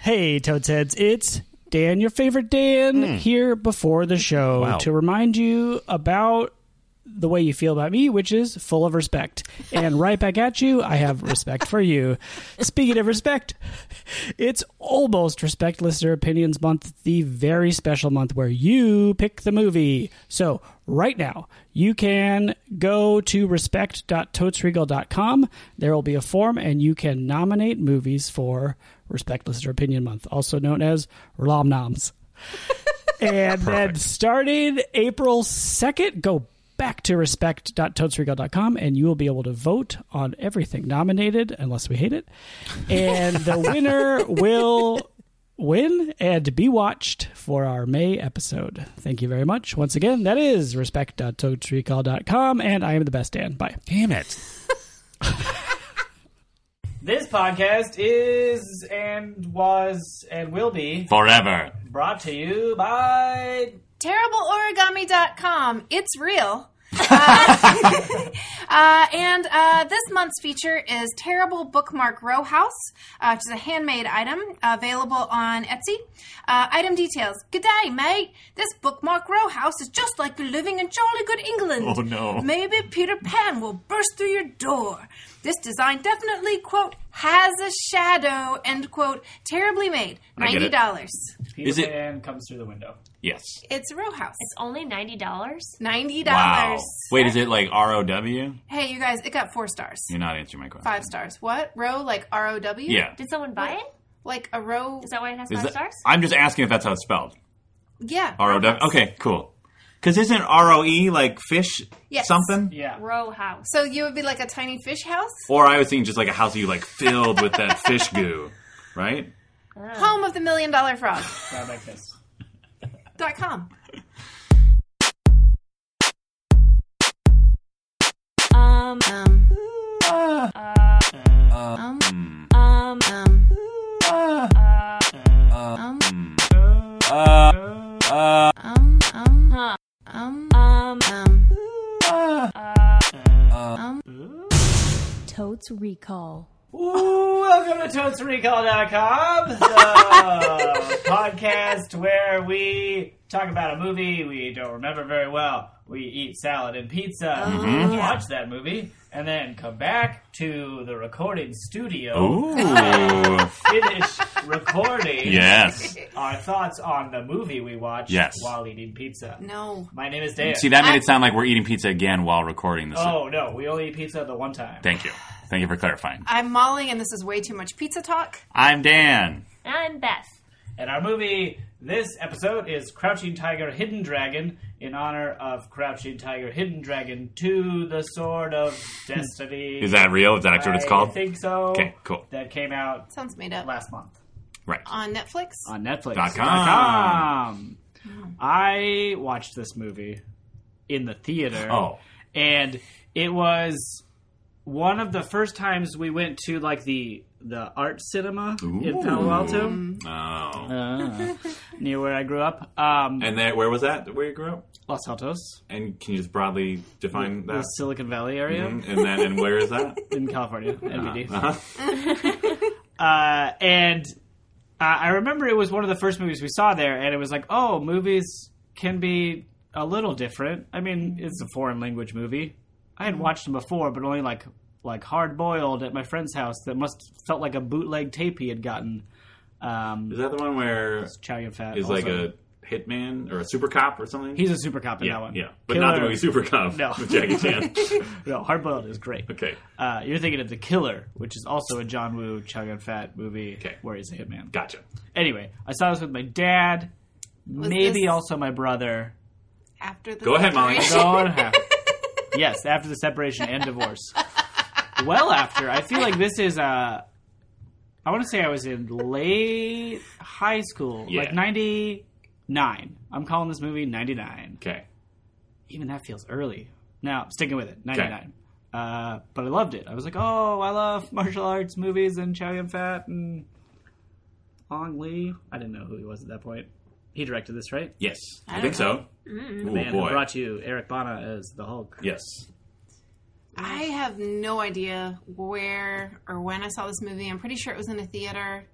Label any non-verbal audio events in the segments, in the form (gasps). Hey, Toad's Heads, it's Dan, your favorite Dan, here before the show Wow. to remind you about the way you feel about me, which is full of respect. And right back at you, I have respect for you. Speaking of respect, it's almost Respect Listener Opinions Month, the very special month where you pick the movie. So, right now, you can go to respect.totesregal.com. There will be a form, and you can nominate movies for Respect Listener Opinion Month, also known as Rom Noms. And then starting April 2nd, go back to respect.toadsregal.com and you will be able to vote on everything nominated, unless we hate it. And (laughs) the winner will win and be watched for our May episode. Thank you very much. Once again, that is respect.toadsregal.com and I am the best Dan. Bye. Damn it. (laughs) This podcast is and was and will be Forever. brought to you by TerribleOrigami.com. (laughs) It's real. Uh, (laughs) uh, and uh, this month's feature is Terrible Bookmark Row House, uh, which is a handmade item available on Etsy. Uh, item details G'day, mate. This bookmark row house is just like you're living in jolly good England. Oh, no. Maybe Peter Pan will burst through your door. This design definitely, quote, has a shadow, end quote, terribly made. I get it. $90. Peter Is it- Pan comes through the window. Yes. It's a row house. It's only ninety dollars. Ninety Wow. dollars. Wait, is it like R O W? Hey, you guys, it got four stars. You're not answering my question. Five stars. What row? Like R O W? Yeah. Did someone buy it? Like a row? Is that why it has Is five that- stars? I'm just asking if that's how it's spelled. yeah. R O W. Okay, cool. Because isn't R O E like fish Yes. something? Yeah. Row house. So you would be like a tiny fish house, Or I was thinking just like a house you like filled with that fish goo, right? home of the million dollar (laughs) frog Sound like this. dot com. Um. Um. Um. Um. Um. Um. Um. Huh. Um. Um. Um. Totes Recall. Welcome to (laughs) TotesRecall.com, the podcast where we talk about a movie we don't remember very well. We eat salad and pizza, Oh, watch that movie, and then come back to the recording studio, Ooh. finish recording (laughs) yes. our thoughts on the movie we watched Yes. while eating pizza. No. My name is Dan. See, that made it sound like we're eating pizza again while recording this. Oh no, we only eat pizza the one time. Thank you. Thank you for clarifying. I'm Molly, and this is way too much pizza talk. I'm Dan. I'm Beth. And our movie this episode is Crouching Tiger, Hidden Dragon in honor of Crouching Tiger, Hidden Dragon to the (laughs) Sword of Destiny. Is that real? Is that actually what it's I called? think so. Okay, cool. That came out Sounds made up. last month Right. On Netflix. on Netflix. Dot com. Hmm. com. I watched this movie in the theater. Oh. and it was one of the first times we went to like the the art cinema in Palo Alto, Oh. near where I grew up. Um, And that, where was that? Where you grew up? Los Altos, And can you just broadly define the that? Silicon Valley area Mhm. And then, and where is (laughs) that? in (laughs) California, NBD. Uh-huh. Uh, and uh, I remember it was one of the first movies we saw there, and it was like, oh, movies can be a little different. I mean, it's a foreign language movie. I had watched them before, but only like like hard boiled at my friend's house that must felt like a bootleg tape he had gotten. Um, Is that the one where Chow Yun Fat is also. like a hitman or a super cop or something? he's a super cop in yeah, that one. yeah, but not the Killer- movie Super Cop No. with Jackie (laughs) Chan. No, hard boiled is great. okay, Uh, you're thinking of The Killer, which is also a John Woo Chow Yun Fat movie Okay. where he's a hitman. gotcha. Anyway, I saw this with my dad, maybe this- also my brother. After the Go ahead, Molly. (laughs) separation. No, it happened. yes, after the separation and divorce. Well, after I feel like this is uh, I want to say I was in late high school, Yeah. like ninety nine. I'm calling this movie ninety nine. Okay, Even that feels early. Now I'm sticking with it, ninety nine. Uh, but I loved it. I was like, oh, I love martial arts movies and Chow Yun Fat and Hong Lee. I didn't know who he was at that point. He directed this, right? yes, I, think so. Mm-hmm. Ooh, Man who boy, brought you Eric Bana as the Hulk. yes, I have no idea where or when I saw this movie. I'm pretty sure it was in a theater.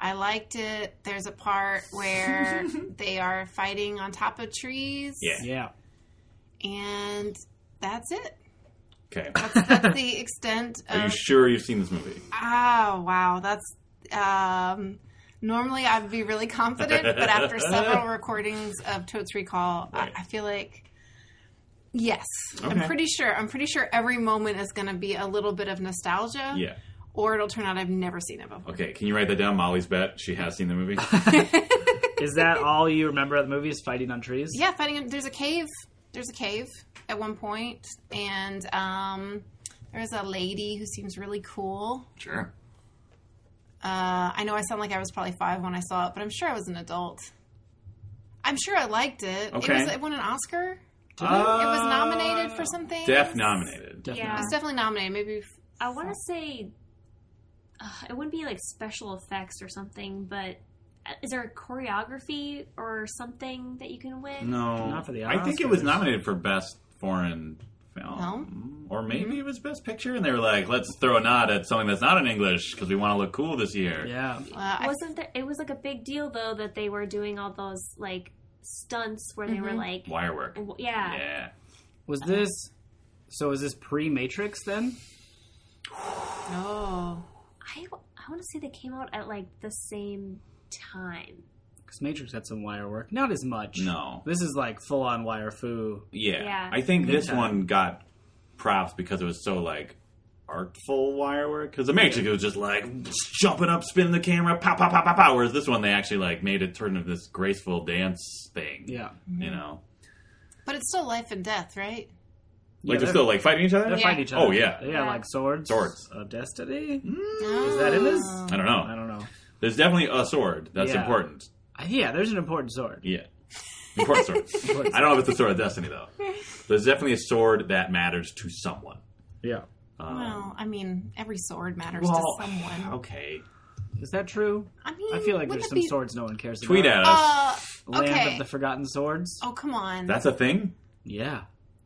I liked it. There's a part (laughs) where they are fighting on top of trees. Yeah. Yeah. And (laughs) that's it. Okay. That's the extent Are you of. sure you've seen this movie? Ah, wow. That's. Um, normally I'd be really confident, (laughs) but after several recordings of Totes Recall, Right. I, I feel like. Yes, I'm Okay. pretty sure. I'm pretty sure every moment is going to be a little bit of nostalgia, Yeah. or it'll turn out I've never seen it before. Okay. Can you write that down? Molly's bet. She has seen the movie. Is that all you remember of the movie? Is fighting on trees? Yeah, fighting. in- There's a cave. There's a cave at one point, and um, there's a lady who seems really cool. sure. Uh, I know I sound like I was probably five when I saw it, but I'm sure I was an adult. I'm sure I liked it. Okay. It, was, it won an Oscar. Uh, it was nominated for something. Def nominated. Uh, Definitely. Yeah. It was definitely nominated. Maybe f- I want to say uh, it would be like special effects or something, but uh, is there a choreography or something that you can win? No. Not for the I think it was Oscars. nominated for best foreign film. Or maybe it was best picture, and they were like, let's throw a nod at something that's not in English because we want to look cool this year. Yeah. uh, I- Wasn't there? It was like a big deal though that they were doing all those like stunts where they were like, Wire work. w- yeah, Yeah. Was this? So is this pre-Matrix then? oh, I I want to say they came out at like the same time. Because Matrix had some wire work, not as much. No. This is like full-on wire foo. Yeah. Yeah. I think this time. one got props because it was so like artful wire work. Because the Matrix it was just like jumping up, spinning the camera, pow, pow, pow, pow, pow. Whereas this one, they actually like made it turn into this graceful dance thing. Yeah. You know, but it's still life and death, right? like they're they're- still like fighting each other. They Yeah. fight each other. Oh, yeah. Yeah, like swords. Swords. of destiny. Is that in this? I don't know. I don't know. There's definitely a sword. That's Yeah. important. Uh, Yeah, there's an important sword. Yeah. Important sword. I don't know if it's the sword of destiny though. There's definitely a sword that matters to someone. Yeah. Um, Uh, Well, I mean, every sword matters well, to someone. okay. Is that true? I mean, I feel wouldn't like there's it some be- swords no one cares Tweet at about. us. Uh, Land okay. of the Forgotten Swords. oh, come on. That's a thing. Yeah.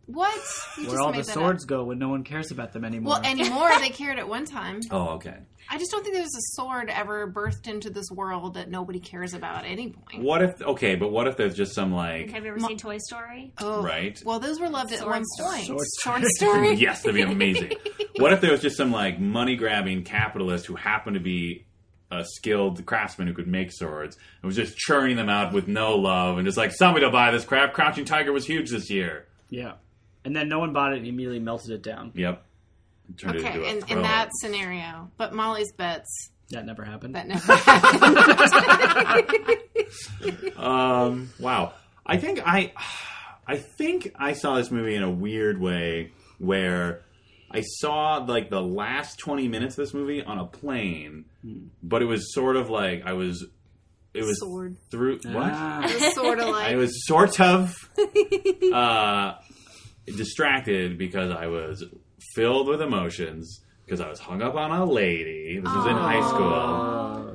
what? You Where all made the that up. swords go when no one cares about them anymore. Well, anymore they cared at one (laughs) time. Oh, okay. I just don't think there's a sword ever birthed into this world that nobody cares about at any point. What if okay, but what if there's just some And like have you ever seen Toy Story? Oh, Right. Well, those were loved at Sword one story. point. Sword (laughs) Sword story. story. yes, that'd be amazing. what if there was just some like money grabbing capitalist who happened to be a skilled craftsman who could make swords and was just churning them out with no love and just like somebody will buy this crap. Crouching Tiger was huge this year. yeah. And then no one bought it and immediately melted it down. Yep. And Turned it Oh. into Okay, a in, in thriller. that scenario. But Molly's bets That never happened. that never happened. Um, wow. I think I, I think I saw this movie in a weird way where I saw like the last twenty minutes of this movie on a plane, but it was sort of like I was, it was Sword. through what Ah. It was sort of I like was sort (laughs) of uh, distracted because I was filled with emotions because I was hung up on a lady. This was in high school.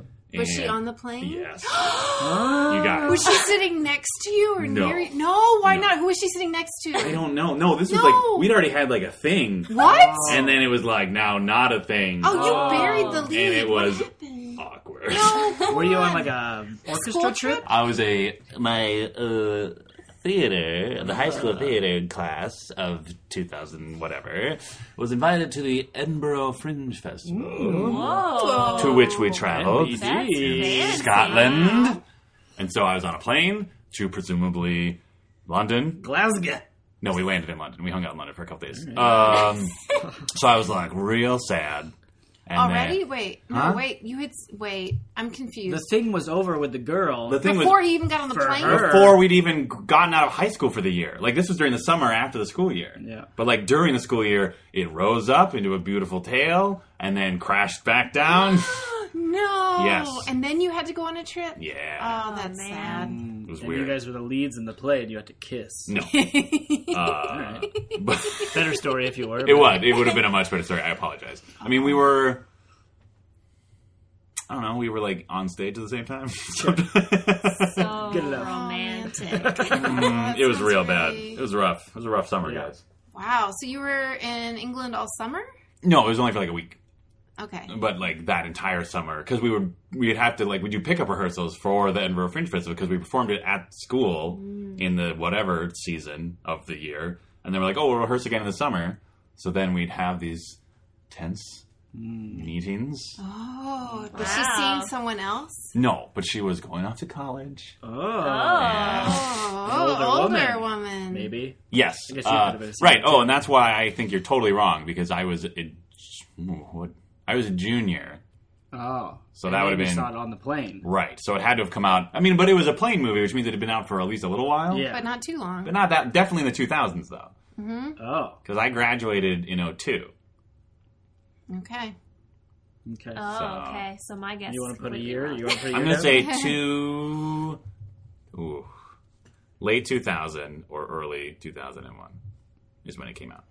Uh, was she and- on the plane? Yes, ah. you got it. Was she sitting next to you or No. near you? No, why No. not? Who was she sitting next to? I don't know. No, this was No. like we'd already had like a thing, (laughs) What? and then it was like now not a thing. Oh, you Oh. buried the And lead. it was- What happened? Awkward. No, (laughs) come Were you on like a orchestra School trip? I was a my uh, theater, the high Uh. school theater class of 2000 whatever, was invited to the Edinburgh Fringe Festival, Whoa, to which we traveled NBC. that's fancy. Scotland, And so I was on a plane to presumably London. Glasgow. No, we landed in London. We hung out in London for a couple days. Um, so I was like real sad. And Already? then- Wait. No, wait. You had. s- Wait. I'm confused. The thing was over with the girl. the thing Before was he even got on the for plane? her. before we'd even gotten out of high school for the year. Like this was during the summer after the school year. Yeah. But like during the school year, it rose up into a beautiful tail and then crashed back (laughs) down. No. Yes. And then you had to go on a trip? yeah. Oh, that's man. it was Mm, and weird. you guys were the leads in the play and you had to (laughs) kiss. no. sad. Uh, (laughs) but Better story if you were. it was. It would have been a much better story. I apologize. I mean, we were. I don't know. We were like on stage at the same time. (laughs) so Get it out. romantic. That Mm, it was sounds real bad. really- It was rough. It was a rough summer, Yeah. guys. Wow. So you were in England all summer? No, it was only for like a week. Okay. but like that entire summer because we would we'd have to like we do pickup rehearsals for the Edinburgh Fringe Festival because we performed it at school Mm. in the whatever season of the year, and then we're like, oh, we'll rehearse again in the summer. So then we'd have these tense Mm. meetings. Oh, was she Wow. seeing someone else? No, but she was going off to college. Oh, Oh, An older older, woman. woman. maybe. Yes, I guess you uh, could have been a senior. right. Oh, and that's why I think you're totally wrong because I was a, what I was a junior. Oh, So And that then would've you been- saw it on the plane. Right, so it had to have come out. I mean, but it was a plane movie, which means it had been out for at least a little while. Yeah. But not too long. But not that, definitely in the 2000s, though. Oh, Because I graduated in 02. okay. okay. Oh, So- okay. So my guess. you want to put a year? You want to put a year? I'm going to down? say (laughs) two. Ooh. Late 2000 or early 2001 is when it came out.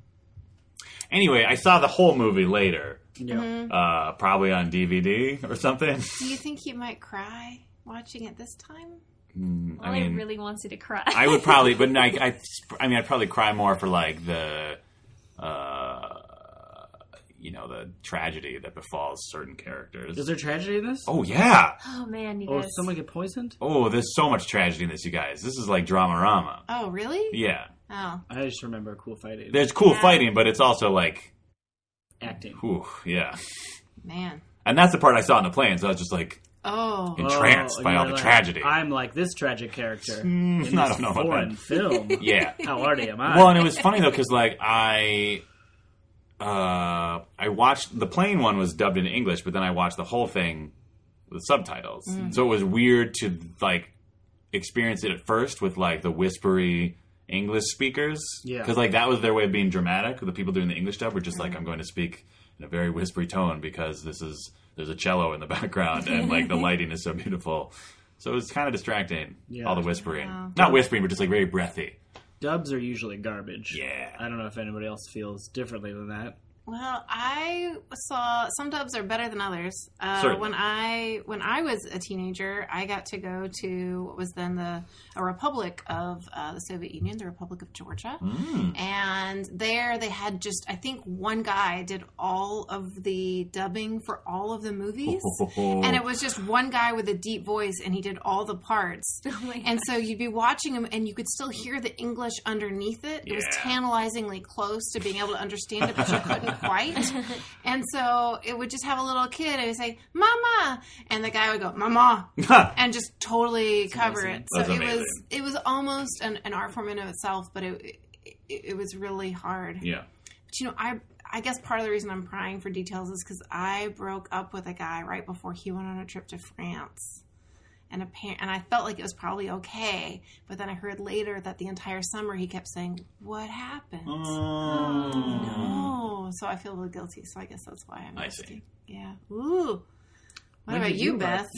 Anyway, I saw the whole movie later, Yeah. uh, probably on DVD or something. (laughs) Do you think you might cry watching it this time? Well, I mean- it really wants you to cry. I would probably, but I, I, I mean, I'd probably cry more for like the, uh, you know, the tragedy that befalls certain characters. Is there tragedy in this? oh yeah. (laughs) oh man, you Oh, guys. did someone get poisoned? Oh, there's so much tragedy in this, you guys. This is like Dramarama. Oh, really? Yeah. Oh. I just remember a cool fight. in There's cool Yeah. fighting, but it's also like, acting. whew, yeah. Man. And that's the part I saw on the plane, so I was just like Oh. entranced Oh, by you're all the like, tragedy. I'm like this tragic character Mm, in I this don't know about foreign that. film. (laughs) Yeah. How arty am I? Well, and it was funny though, because like I, uh, I watched the plane one was dubbed in English, but then I watched the whole thing with subtitles, Mm. so it was weird to like experience it at first with like the whispery English speakers, Yeah. Mm. because like that was their way of being dramatic. The people doing the English dub were just like, I'm going to speak in a very whispery tone because this is there's a cello in the (laughs) background and (laughs) like the lighting is so beautiful. So it was kind of distracting, Yeah. all the whispering. Wow. Not whispering, but just like very breathy. Dubs are usually garbage. Yeah. I don't know if anybody else feels differently than that. Well, I saw some dubs are better than others. Uh, Certainly. when I when I was a teenager, I got to go to what was then the a republic of uh, the Soviet Union, the Republic of Georgia, Mm. and there they had just I think one guy did all of the dubbing for all of the (laughs) movies, and it was just one guy with a deep voice, and he did all the parts. (laughs) oh my And so you'd be watching them, and you could still hear the English underneath it. It was Yeah. tantalizingly close to being able to understand it, but you couldn't quite. And so it would just have a little kid, and it would say, "Mama," and the guy would go, "Mama," and just totally cover amazing. it. So That's it was amazing. it was almost an, an art form in of itself, but it, it it was really hard. (laughs) yeah. But you know, I I guess part of the reason I'm prying for details is because I broke up with a guy right before he went on a trip to France. And apparent, and I felt like it was probably okay, but then I heard later that the entire summer he kept saying, "What happened?" Oh. no, so I feel really guilty. So I guess that's why I'm I asking. Yeah. Ooh. What about did you, you Beth?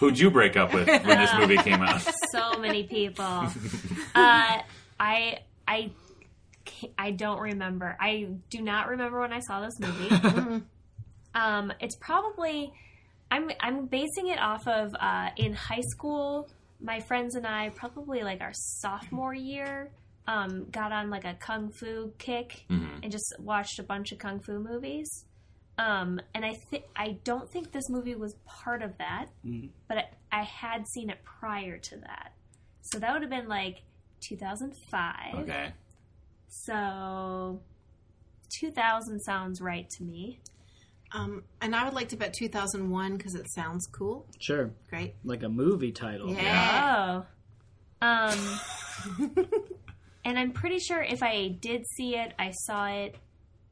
Who'd you break up with when this movie came out? (laughs) so many (laughs) people. Uh, I I ca- I don't remember. I do not remember when I saw this movie. um, it's probably I'm I'm basing it off of uh, in high school. My friends and I probably like our sophomore year. Um, got on like a kung fu kick and just watched a bunch of kung fu movies. Um, and I th- I don't think this movie was part of that, but I, I had seen it prior to that, so that would have been like 2005. Okay. So 2000 sounds right to me. Um, and I would like to bet 2001 because it sounds cool. Sure. Great. Like a movie title. Yeah. Oh, um, and I'm pretty sure if I did see it, I saw it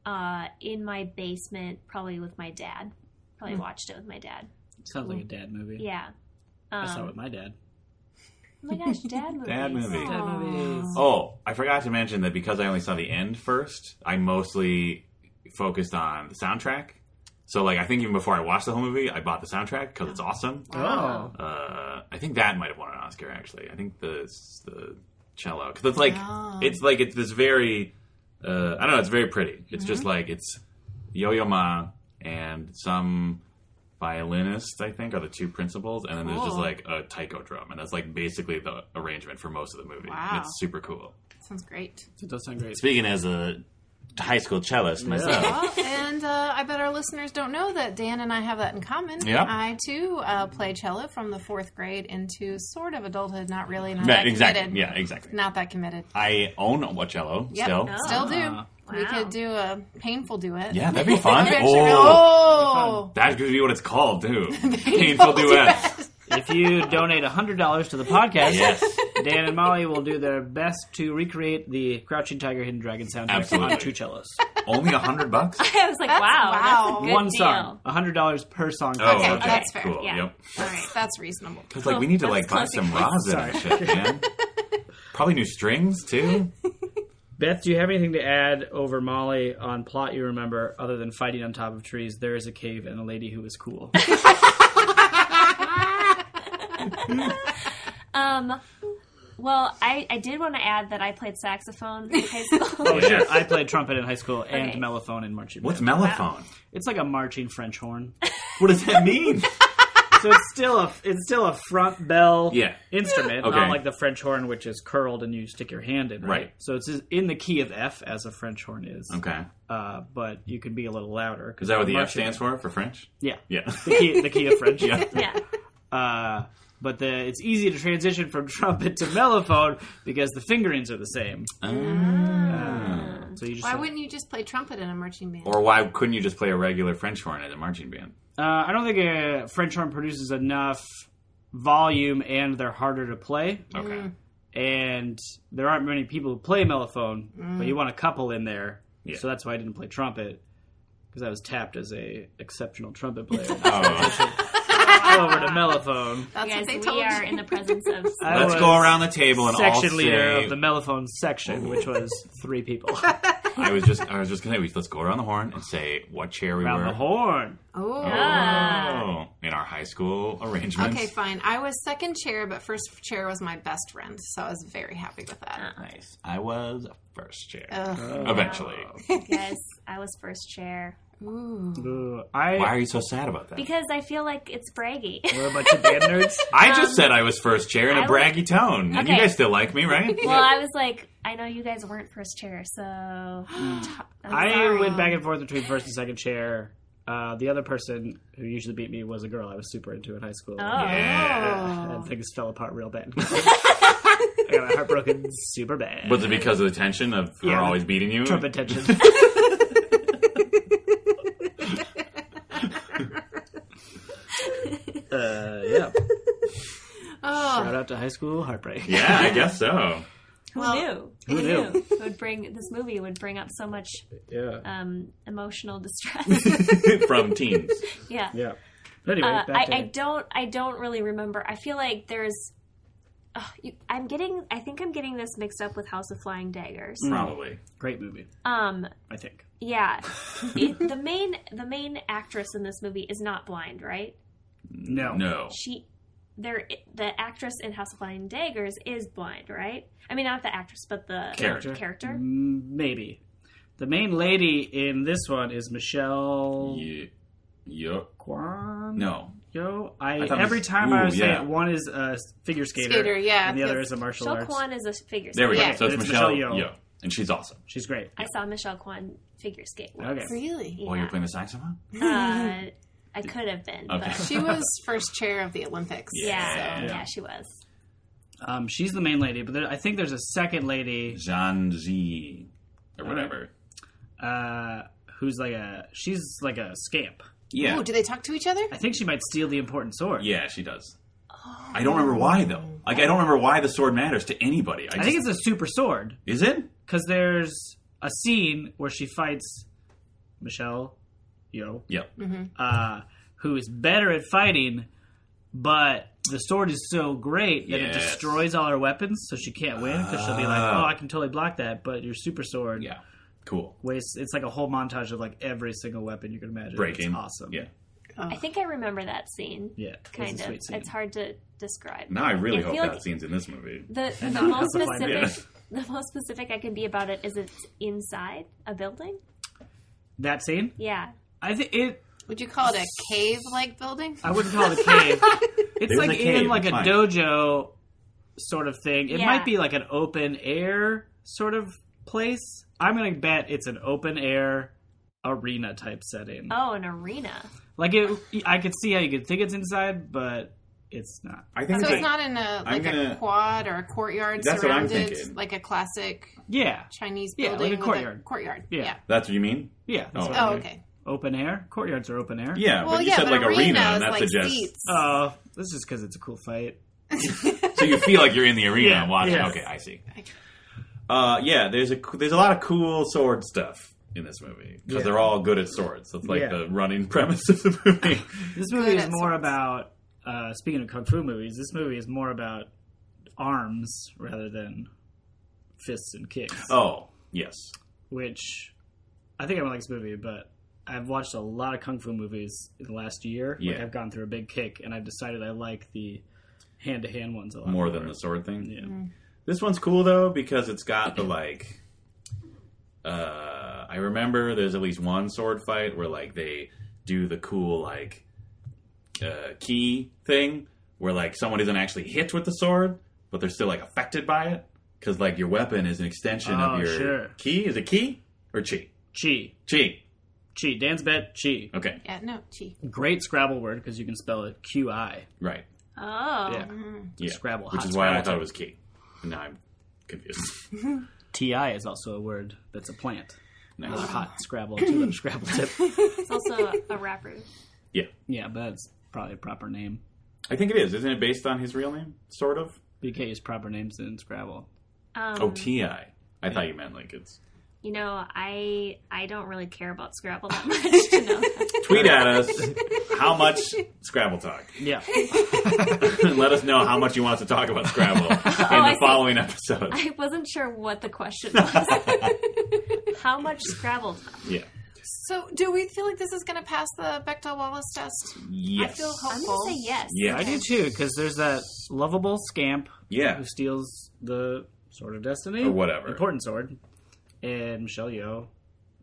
uh, in my basement, probably with my dad. Hmm. Probably watched it with my dad. Sounds like a dad movie. Yeah. I saw it Um, with my dad. oh my gosh, (laughs) dad movies. Dad movie. Dad movies. Oh, I forgot to mention that because I only saw the end first, I mostly focused on the soundtrack. So, like, I think even before I watched the whole movie, I bought the soundtrack because it's awesome. Oh. Uh, I think that might have won an Oscar, actually. I think the the cello because it's like Oh. it's like it's this very uh, I don't know. It's very pretty. It's just like it's Yo Yo Ma and some violinist, I think, are the two principals, and then there's just Cool. like a taiko drum, and that's like basically the arrangement for most of the movie. Wow. It's super cool. Sounds great. It does sound great. Speaking as a high school cellist Oh, myself. Well, (laughs) and uh, I bet our listeners don't know that Dan and I have that in common. Yep. I too uh, play cello from the fourth grade into sort of adulthood, not really, not Right, that exactly. committed. Yeah, exactly. Not that committed. I own a cello Yep. still. Oh. Still do. Ah. We Wow. could do a painful duet. Yeah, that'd be fun. Picture- oh, oh, That could be what it's called, too. Painful duet. If you donate $100 to the podcast, Yes. Dan and Molly will do their best to recreate the Crouching Tiger, Hidden Dragon soundtrack Absolutely. on two cellos. Only a hundred (laughs) bucks. (laughs) I was like, That's- wow. wow, that's a good One deal. song. $100 per song. Oh, Okay, okay, that's fair. Cool. Yeah. Yep. all right, that's reasonable. It's like we need to like buy That's some (laughs) rosin and shit, man. Probably new strings too. Beth, do you have anything to add over Molly on plot you remember other than fighting on top of trees? There is a cave and a lady who is cool. Um, well, I, I did want to add that I played saxophone in high school. (laughs) (laughs) (laughs) Oh, sure. I played trumpet in high school and Okay. mellophone in marching What's band. mellophone? It's like a marching French horn. What does that (laughs) mean? so it's still a it's still a front bell Yeah. instrument, Okay. not like the French horn, which is curled and you stick your hand in. Right. Right. So it's in the key of F as a French horn is. Okay. Uh, but you can be a little louder. Is that what the F stands for for French? Yeah. Yeah. (laughs) (laughs) The key, the key of French. Yeah. yeah. Uh, but the, it's easy to transition from trumpet to mellophone because the fingerings are the same. Ah. So you just Why wouldn't you just play trumpet in a marching band? Or why couldn't you just play a regular French horn as a marching band? uh, I don't think a French horn produces enough volume, and they're harder to play. Okay. Mm. and there aren't many people who play mellophone, but Mm. you want a couple in there. Yeah. So that's why I didn't play trumpet because I was tapped as a (laughs) exceptional trumpet player. (laughs) Oh. Go over to mellophone. That's Guys, what they we told are you. in the presence (laughs) of. I Let's was go around the table and all Section leader say. of the mellophone (laughs) section, which was (laughs) three people I was just, I was just gonna. Let's go around the horn and say what chair we around were. the horn. oh. Oh, in our high school arrangements. Okay, fine. I was second chair, but first chair was my best friend, so I was very happy with that. Nice. I was first chair. Oh, Ugh. Eventually. yes, I was first chair Ooh. Ooh, I Why are you so sad about that? because I feel like it's braggy. we're a bunch of band nerds. I just said I was first chair in a I would- braggy tone, and you Okay. guys still like me, right? (laughs) Well, I was like, I know you guys weren't first chair, so (gasps) (gasps) I'm I sorry. went back and forth between first and second chair. Uh, the other person who usually beat me was a girl I was super into in high school. Oh. Yeah. and things fell apart (laughs) real bad. I got my heart broken super bad. Was it because of the tension of her Yeah. always beating you? (laughs) Trump attention? uh, yeah. Oh. Ah. Shout out to high school heartbreak. Yeah, I guess so. (laughs) Who knew? Who knew? It would bring this movie would bring up so much Yeah. um, emotional (laughs) distress. (laughs) From teens. yeah. Yeah. But anyway, Uh, back I, to I it. don't. I don't really remember. I feel like there's. Ugh, you, I'm getting. I think I'm getting this mixed up with House of Flying Daggers. Mm. Probably. great movie. Um. I think. (laughs) Yeah. It- the main. The main actress in this movie is not blind, right? No. No. She. There. The actress in House of Flying Daggers is blind, right? I mean, not the actress, but the Character. Character. Mm, Maybe. The main lady in this one is Michelle Ye- Yup. Kwan. No. Yo, I, I thought it every was- time I Ooh, was yeah. saying it, one is a figure skater, Skater, yeah, and the other yes. is a martial Michelle arts. Kwan is a figure skater. There we go. Yeah. So it's, It's Michelle, Michelle Yeoh. Yeoh, And she's awesome. She's great. I saw Michelle Kwan figure skate. Once. Okay. Really? While you're Yeah. playing the saxophone? Uh, I could have been. Okay. But, She was first chair of the Olympics. yeah, so- yeah, she was. Um, she's the main lady, but there, I think there's a second lady Jean Z. Or whatever. uh, who's like a she's like a scamp. Yeah. Ooh, do they talk to each other? I think she might steal the important sword. yeah, she does. I don't remember why, though. Like, I don't remember why the sword matters to anybody. I, I just, think it's a super sword Is it? because there's a scene where she fights Michelle, yo, Yep. uh, who is better at fighting, but the sword is so great that Yes. it destroys all her weapons, so she can't win because she'll be like, Ah. "Oh, I can totally block that," but your super sword Yeah. Cool. wastes. It's like a whole montage of like every single weapon you can imagine. Breaking. it's awesome. Yeah. I think I remember that scene. yeah, kind it's a of. sweet scene. It's hard to describe. Now I really I hope feel that like- scene's in this movie. The, (laughs) the not most House of Flying specific Daggers. the most specific I can be about it is it's inside a building. That scene, Yeah. I think it. Would you call it a cave like building? I wouldn't call it a cave. It's There's like a in cave, like a fine. dojo sort of thing. It Yeah. might be like an open air sort of place, I'm gonna bet it's an open air arena type setting. Oh, an arena. Like it, I could see how you could think it's inside, but it's not. I think So that- it's not in a like gonna- a quad or a courtyard That's what I'm surrounded thinking. like a classic Yeah, Chinese Yeah, like a building with courtyard. courtyard. Yeah. Yeah. that's what you mean. yeah. That's Oh. what I Oh, mean. okay. Open air courtyards are open air. Yeah, Well, but you yeah, said but like arena, arena, is and that like suggests seats. Oh, this is because it's a cool fight. so you feel like you're in the arena (laughs) Yeah, watching. yeah. Okay, I see. Uh, yeah, there's a there's a lot of cool sword stuff in this movie because Yeah. they're all good at swords. That's like Yeah. the running (laughs) premise of the movie. This movie Good is at more swords. about. Uh, speaking of kung fu movies, this movie is more about arms rather than fists and kicks. oh, yes. which I think I would like this movie, but I've watched a lot of kung fu movies in the last year. Like Yeah. I've gone through a big kick, and I've decided I like the hand to hand ones a lot more than the sword thing. Yeah. This one's cool though because it's got the like. Uh, I remember there's at least one sword fight where like they do the cool like uh, key thing where like someone isn't actually hit with the sword, but they're still like affected by it because like your weapon is an extension Oh, of your sure. key. Is it key or chi? chi Chi. chi Dan's bet chi. Okay, Yeah, no, gee. Great Scrabble word because you can spell it Q I. right. Oh, Yeah, Yeah. Scrabble, which hot is why I Scrabble. thought it was key. And now I'm (laughs) confused. T I is also a word that's a plant. Another nice. hot Scrabble, two little Scrabble tip. it's also a, a rapper. Yeah, Yeah, but that's probably a proper name. I think it is. Isn't it based on his real name? Sort of. BK is proper names in Scrabble. Um, Oh, Ti. I thought you meant like it's. You know, I I don't really care about Scrabble that much to know. That. Tweet at us how much Scrabble talk. (laughs) (laughs) Yeah, Let us know how much you want us to talk about (laughs) Scrabble in Oh, I the see. following episode. (laughs) I wasn't sure what the question was. (laughs) How much Scrabble? Yeah. So, do we feel like this is going to pass the Bechdel Wallace test? Yes. feel I'm hopeful. gonna say yes. Yeah. I do too because there's that lovable scamp Yeah. who steals the Sword of Destiny Or whatever. important sword, and Michelle Yeoh.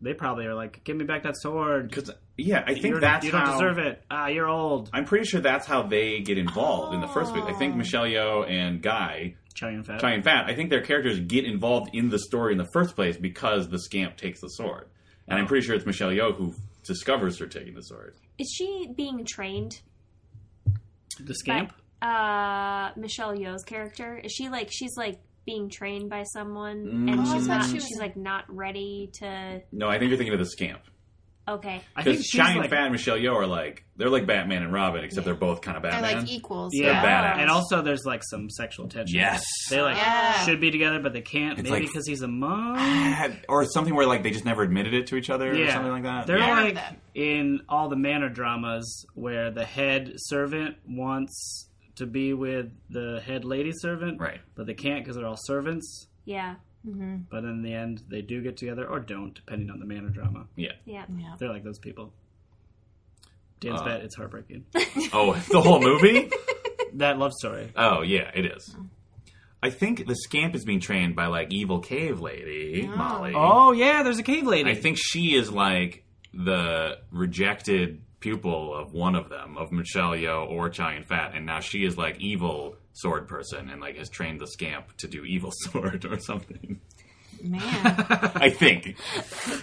They probably are like, "Give me back that sword." Because yeah, I think You're- that's you don't how. deserve it. Ah, you're old. I'm pretty sure that's how they get involved in the first place. I Oh. think Michelle Yeoh and Guy, Chow Fat. Chai and Fat, I think their characters get involved in the story in the first place because the scamp takes the sword, and I'm pretty sure it's Michelle Yeoh who discovers her taking the sword. Is she being trained? the scamp. Uh, Michelle Yeoh's character is she like she's like being trained by someone Mm. and Oh, I she's thought not she was- she's like not ready to. No, I think you're thinking of the scamp. Okay, I think Because she's Shine like, Fat and Michelle Yeoh are like they're like Batman and Robin, except they're both kind of They're Batman. like equals. yeah, badass. and also there's like some sexual tension. yes, they like Yeah. (laughs) should be together, but they can't. It's maybe like- because he's a monk. or something where like they just never admitted it to each other or Yeah. something like that. They're yeah. I like heard that. in all the manor dramas where the head servant wants to be with the head lady servant, Right. But they can't because they're all servants. yeah, But in the end, they do get together or don't, depending on the manor drama. yeah. yeah. They're like those people. Dan's Uh. bet it's heartbreaking. (laughs) (laughs) Oh, the whole (laughs) movie? that love story. oh yeah, it is. I think the scamp is being trained by like evil cave lady Molly. Oh yeah, there's a cave lady. I think she is like the rejected pupil of one of them, of Michelle Yeoh or Chai and Fat, and now she is like evil sword person and like has trained the scamp to do evil (laughs) sword or something. Man. I think.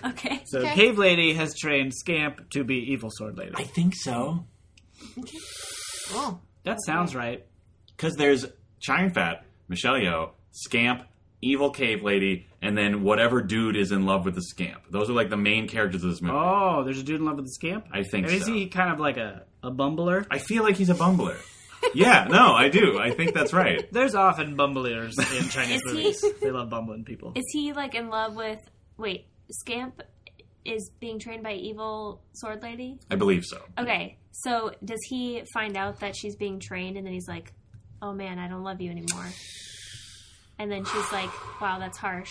Okay, so. okay. Cave lady has trained Scamp to be evil sword lady. I think so. oh. That sounds right. Because there's Chai and Fat, Michelle Yeoh, Scamp, Evil Cave Lady, and then whatever dude is in love with the Scamp. Those are like the main characters of this movie. Oh, there's a dude in love with the Scamp. I think And is so. he kind of like a a bumbler? I feel like he's a bumbler. yeah, no, I do. I think that's right. There's often bumblers in (laughs) Chinese Is he- movies. They love bumbling people. is he like in love with? Wait, Scamp is being trained by evil sword lady. I believe so. Okay, so does he find out that she's being trained and then he's like, oh man, I don't love you anymore? And then she's like, wow, that's harsh.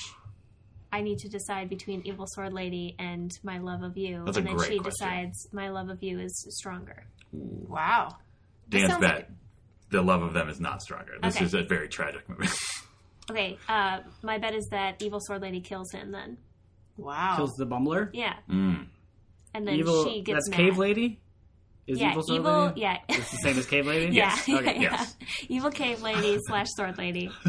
I need to decide between Evil Sword Lady and my love of you. That's a and then great she question. decides my love of you is stronger. Wow. That Dan's sounds bet. like- the love of them is not stronger. This Okay. is a very tragic movie. (laughs) Okay, uh, my bet is that Evil Sword Lady kills him then. Wow. Kills the bumbler. Yeah. Mm. And then evil. she gets that's mad. Cave Lady. Is yeah, evil sword evil. lady? Yeah. It's the same as cave lady. (laughs) Yeah, Yes. yeah, Okay, (laughs) yeah. yes. Evil cave lady slash (laughs) sword lady (laughs)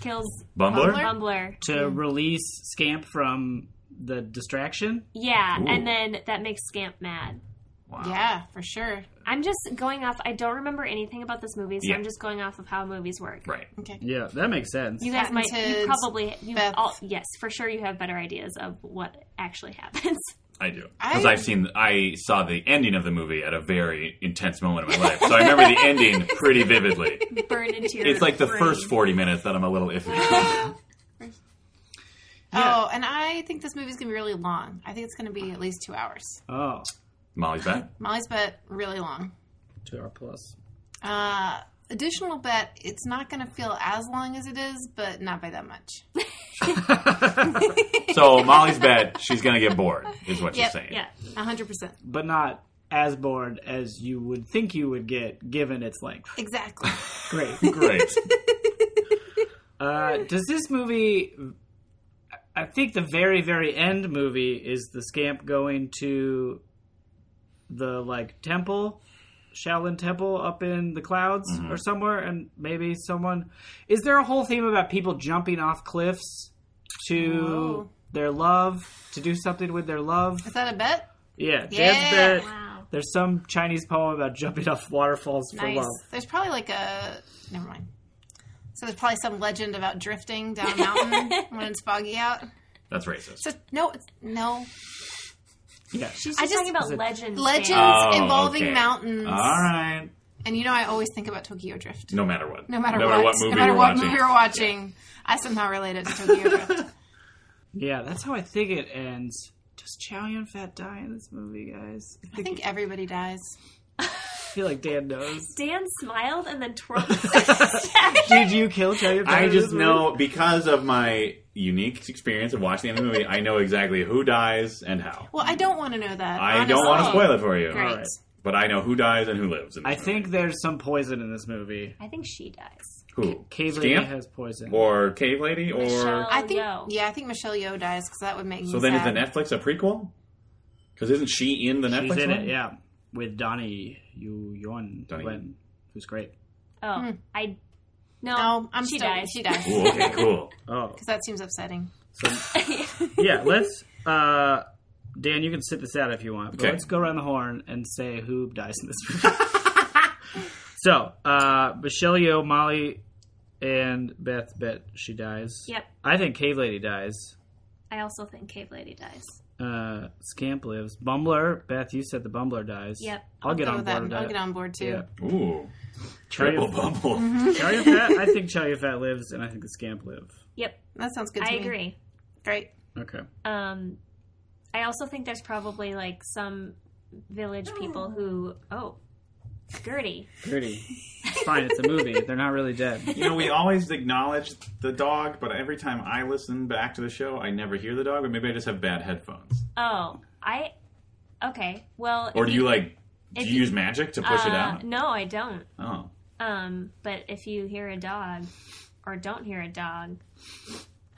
kills Bumbler? Bumbler. To release Scamp from the distraction. Yeah, Ooh. and then that makes Scamp mad. Wow. Yeah, for sure. I'm just going off. I don't remember anything about this movie, so Yeah. I'm just going off of how movies work. Right. Yeah, that makes sense. You guys might. You Patented probably. You Beth. all, yes, for sure. You have better ideas of what actually (laughs) happens. I do I- because I've seen I saw the ending of the movie at a very intense moment in my life, so I remember the ending pretty (laughs) vividly. Burn into your. It's like the brain. first forty minutes that I'm a (laughs) little iffy. Oh, and I think this movie's gonna be really long. I think it's gonna be at least two hours. Oh, Molly's back. Molly's bet really long. two hour plus. Uh, additional bet, it's not gonna feel as long as it is, but not by that (laughs) much. So Molly's bet she's gonna get bored, is what Yep, she's saying. Yeah. hundred percent. But not as bored as you would think you would get given its length. (laughs) Exactly. (laughs) Great. Great. Uh, does this movie? I think the very very end movie is the scamp going to the like temple, Shaolin temple up in the clouds or somewhere, and maybe someone. Is there a whole theme about people jumping off cliffs to Oh. their love to do something with their love? Is that a bet? Yeah, Dad's Yeah. bet. Wow. There's some Chinese poem about jumping off waterfalls (laughs) for Nice. love. There's probably like a never mind. So there's probably some legend about drifting down a (laughs) mountain when it's foggy out. That's racist. So no, it's, no Yeah. She's just, just- talking about legends. legends Dan. Oh, involving okay. mountains. All right. And you know, I always think about Tokyo Drift. No matter what. No matter, what. what, movie no matter we're what watching. movie we're watching, I somehow relate it to Tokyo (laughs) Drift. Yeah, that's how I think it ends. Does Chow Yun Fat die in this movie, guys? I I think think everybody dies. I feel like Dan knows. Dan smiled and (laughs) then twirled. (laughs) Did you kill Chow Yun Fat? I in just this movie? know because of my unique experience of watching the movie, I know exactly who dies and how. Well, I don't want to know that. I don't want to spoil it for you, Great. All right. but I know who dies and who lives. In this I think there's some poison in this movie. I think she dies. movie. who Cave Lady Scamp has poison. or Cave Lady or Michelle. I think Yo. yeah, I think Michelle Yeoh dies because that would make me so. Then is the sad. Netflix a prequel? Because isn't she in the Netflix? She's in one? it, yeah. With Donnie Yu Yon, Donnie. Wen, who's great. Oh, I. No, Hmm. No, I'm she still, dies. She dies Ooh, okay, cool. Oh, because that seems upsetting. yeah. Let's. Uh, Dan, you can sit this out if you want, but Okay. let's go around the horn and say who dies in this (laughs) movie. so, uh, Michelle Yeoh, Molly, and Beth bet she dies. (laughs) Yep. I think Cave Lady dies. I also think Cave Lady dies. Uh, Scamp lives. Bumbler, Beth, you said the Bumbler dies. Yep. I'll, get Go on with board with that. I'll that. get on board too. Yeah. Ooh, Chow triple Yun- bumble. Mm-hmm. Chow Yun Fat. I think Chow Yun Fat lives, and I think the Scamp live. Yep, That sounds good. To I me. agree. Great. Okay. Um, I also think there's probably like some village people who. Oh, Gertie. Pretty. It's fine. It's a movie. They're not really dead. You know, we always acknowledge the dog, but every time I listen back to the show, I never hear the dog. Or maybe I just have bad headphones. Oh, I. Okay. Well. Or do you like? Do If you you- use magic to Uh, push it out? No, I don't. Oh, Um, but if you hear a dog, or don't hear a dog,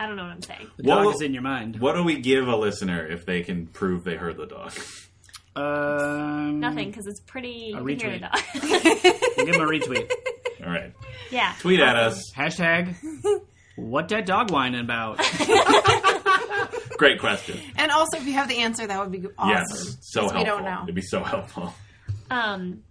I don't know what I'm saying. The Well- dog is in your mind. what do we give a listener if they can prove they heard the dog? (laughs) Um, Nothing because it's pretty. A You hear a retweet. dog. (laughs) Give him a retweet. All right, yeah. tweet at us. Hashtag. What that dog whining about? Great question. And also, if you have the answer, that would be awesome. Yes, so Because helpful. we don't know. It'd be so helpful. Um,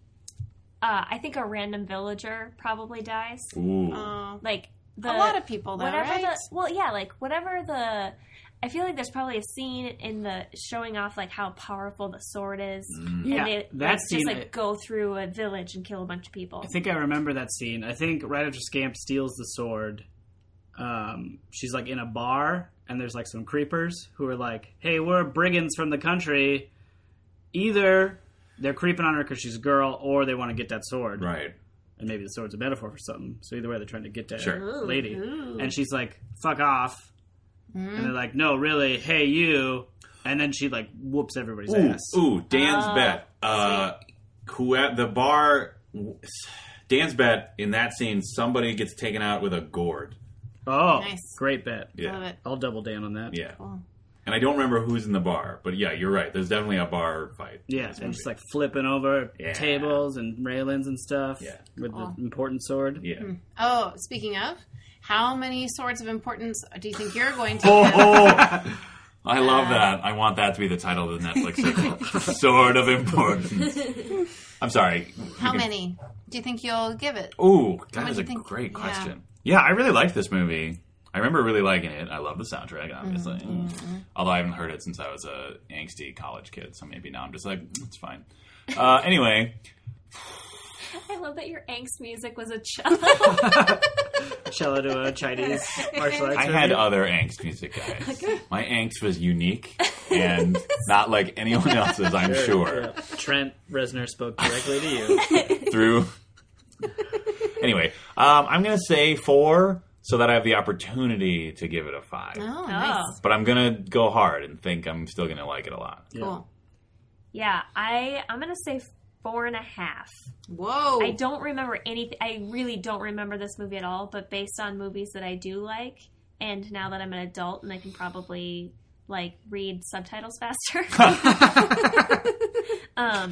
uh, I think a random villager probably dies. Ooh, Oh. Like the a lot of people, though, whatever right? the well, yeah, like whatever the. I feel like there's probably a scene in the showing off like how powerful the sword is, Yeah, and they that like, just scene- like go through a village and kill a bunch of people. I think I remember that scene. I think right after Scamp steals the sword, um, she's like in a bar, and there's like some creepers who are like, "Hey, we're brigands from the country." Either they're creeping on her because she's a girl, or they want to get that sword, right. and maybe the sword's a metaphor for something. So either way, they're trying to get that Sure. Ooh, lady, ooh. Hmm? and she's like, "Fuck off," and they're like, "No, really, hey you," and then she like whoops everybody's Ooh, ass. ooh Dan's bet. Uh, whoe- the bar. Dan's bet in that scene, somebody gets taken out with a gourd. Oh, Nice. great bet. Yeah, Love it. I'll double down on that. yeah. And I don't remember who's in the bar, but yeah, you're right. There's definitely a bar fight. in Yeah, this and just movie. like flipping over Yeah. tables and railings and stuff Yeah. with Cool. the important sword. yeah. Oh, speaking of, how many swords of importance do you think you're going (laughs) to? Oh, have? (laughs) oh. I love that. I want that to be the title of the Netflix sequel. (laughs) Sword of (laughs) Importance. I'm sorry. How many do you think you'll give it? Oh, Ooh, What that do is you a think? great Yeah. question. Yeah. I really liked this movie. I remember really liking it. I love the soundtrack, Mm-hmm. obviously. Although I haven't heard it since I was a angsty college kid, so maybe now I'm just like, "Mm, it's fine. Uh, anyway, I love that your angst music was (laughs) a child. Cello to a Chinese martial arts. I had movie. other angst music guys. My angst was unique and not like anyone else's, I'm sure. Yeah. Trent Reznor spoke directly to you. through. anyway, um, I'm going to say four so that I have the opportunity to give it a five. Oh, nice. Oh. But I'm going to go hard and think I'm still going to like it a lot. Cool. Yeah, I I'm gonna say four and a half. Whoa. I don't remember anything. I really don't remember this movie at all. But based on movies that I do like, and now that I'm an adult and I can probably like read (laughs) subtitles (laughs) faster, um,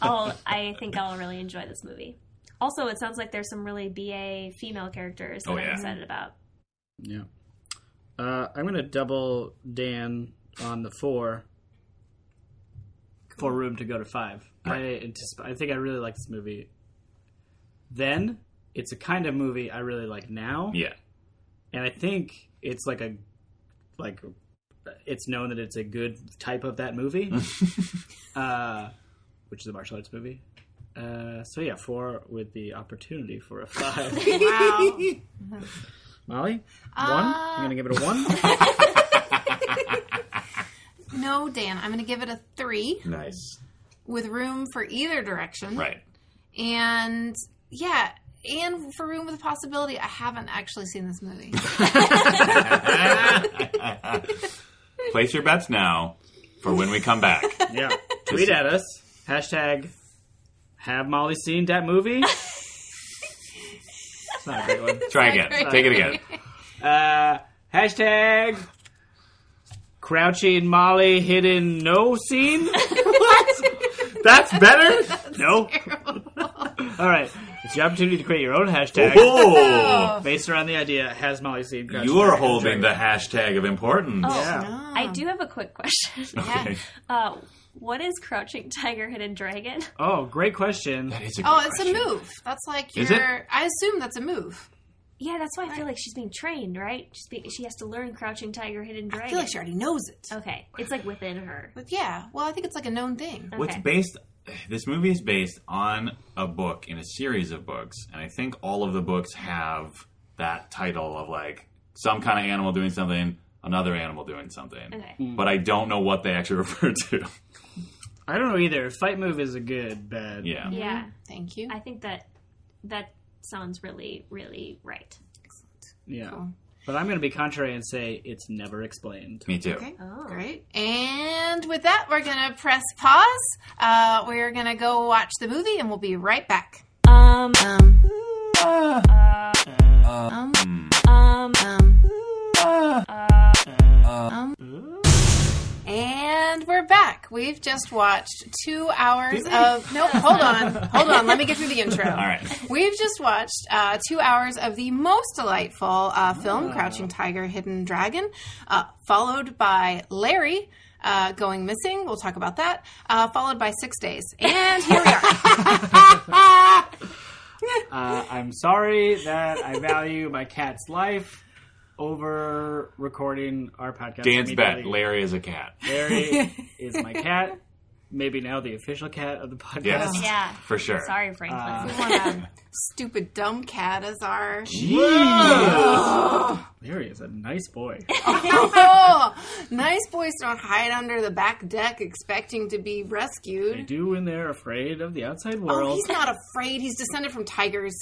I'll, I think I'll really enjoy this movie. Also, it sounds like there's some really BA female characters that Oh, I'm yeah. excited about. Yeah. Uh, I'm going to double Dan on the four for room to go to five. I, anticip- I think I really like this movie then. It's a kind of movie I really like now. Yeah. and I think it's like a like it's known that it's a good type of that movie, uh, which is a martial arts movie. Uh, so yeah, four with the opportunity for a five. (laughs) Wow. Molly, one. Uh, I'm gonna give it a one. no, Dan, I'm going to give it a three Nice. with room for either direction. Right. And yeah, and for room with possibility, I haven't actually seen this movie. (laughs) Place your bets now for when we come back. yeah, tweet at us hashtag Have Molly seen that movie? it's not a great one. Try again. Take it again. Uh, hashtag crouching Molly hidden no scene. what? That's better. no. Oh. All right, it's your opportunity to create your own hashtag Oh, based around the idea. Has Molly seen? Crouching you are Molly Hidden holding the Dragon? hashtag of importance. Oh, Yeah. I do have a quick question. (laughs) Okay. Uh, what is Crouching Tiger, (laughs) Hidden Dragon? Oh, great question. That is a Oh, good it's question. a move. That's like your. Is I assume that's a move. Yeah, that's why I feel like she's being trained, right? She's be- she has to learn Crouching Tiger, Hidden Dragon. I feel like she already knows it. okay, it's like within her. But yeah, well, I think it's like a known thing. Okay. What's based? This movie is based on a book in a series of books, and I think all of the books have that title of like some kind of animal doing something, another animal doing something. Okay. But I don't know what they actually (laughs) refer to. I don't know either. Fight move is a good bad. yeah. Yeah, Thank you. I think that that sounds really, really right. Yeah. Cool. But I'm going to be contrary and say it's never explained. Me too. Okay, Oh. great. And with that, we're going to press pause. Uh, we're going to go watch the movie and we'll be right back. Um, Um, Ah, um, um, um, ah. um. And we're back. We've just watched two hours of. No, hold on. Hold on. Let me get through the intro. All (laughs) right. We've just watched uh, two hours of the most delightful uh, film, Ah. Crouching Tiger, Hidden Dragon, uh, followed by Larry uh, going missing. We'll talk about that. Uh, followed by Six Days, (laughs) and here we are. Uh, I'm sorry that I value my cat's life over recording our podcast. Dan's bet: immediately. Larry is a cat, (laughs) Larry is my cat. Maybe now the official cat of the podcast. Yes. (laughs) yeah. for sure. Sorry, Franklin. We want a Stupid dumb cat as (laughs) our. Oh, Larry is a nice boy. Oh, nice boys don't hide under the back deck expecting to be They rescued. do when they're afraid of the outside Oh, world. he's not afraid. He's descended from tigers.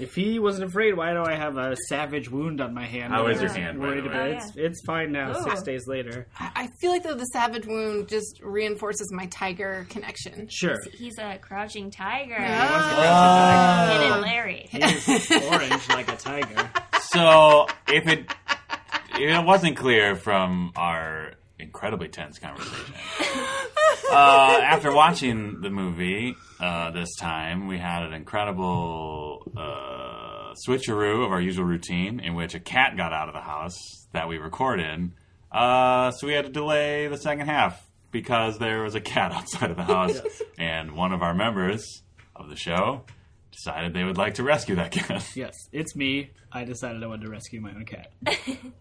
if he wasn't afraid, why do I have a savage wound on my hand? How that is your I'm hand, by Worried the way? about Oh, it's, it's fine now. Six Ooh. days (laughs) later. I I feel like though the savage wound just reinforces my tiger connection. Sure. He's a crouching tiger. Oh. Hidden Larry. Orange like a tiger. So if it if it wasn't clear from our incredibly tense conversation. uh, after watching the movie uh, this time, we had an incredible uh, switcheroo of our usual routine in which a cat got out of the house that we recorded. Uh, so we had to delay the second half because there was a cat (laughs) outside of the house, and one of our members of the show decided they would like to rescue that cat. Yes, it's me. I decided I wanted to rescue my (laughs) own cat.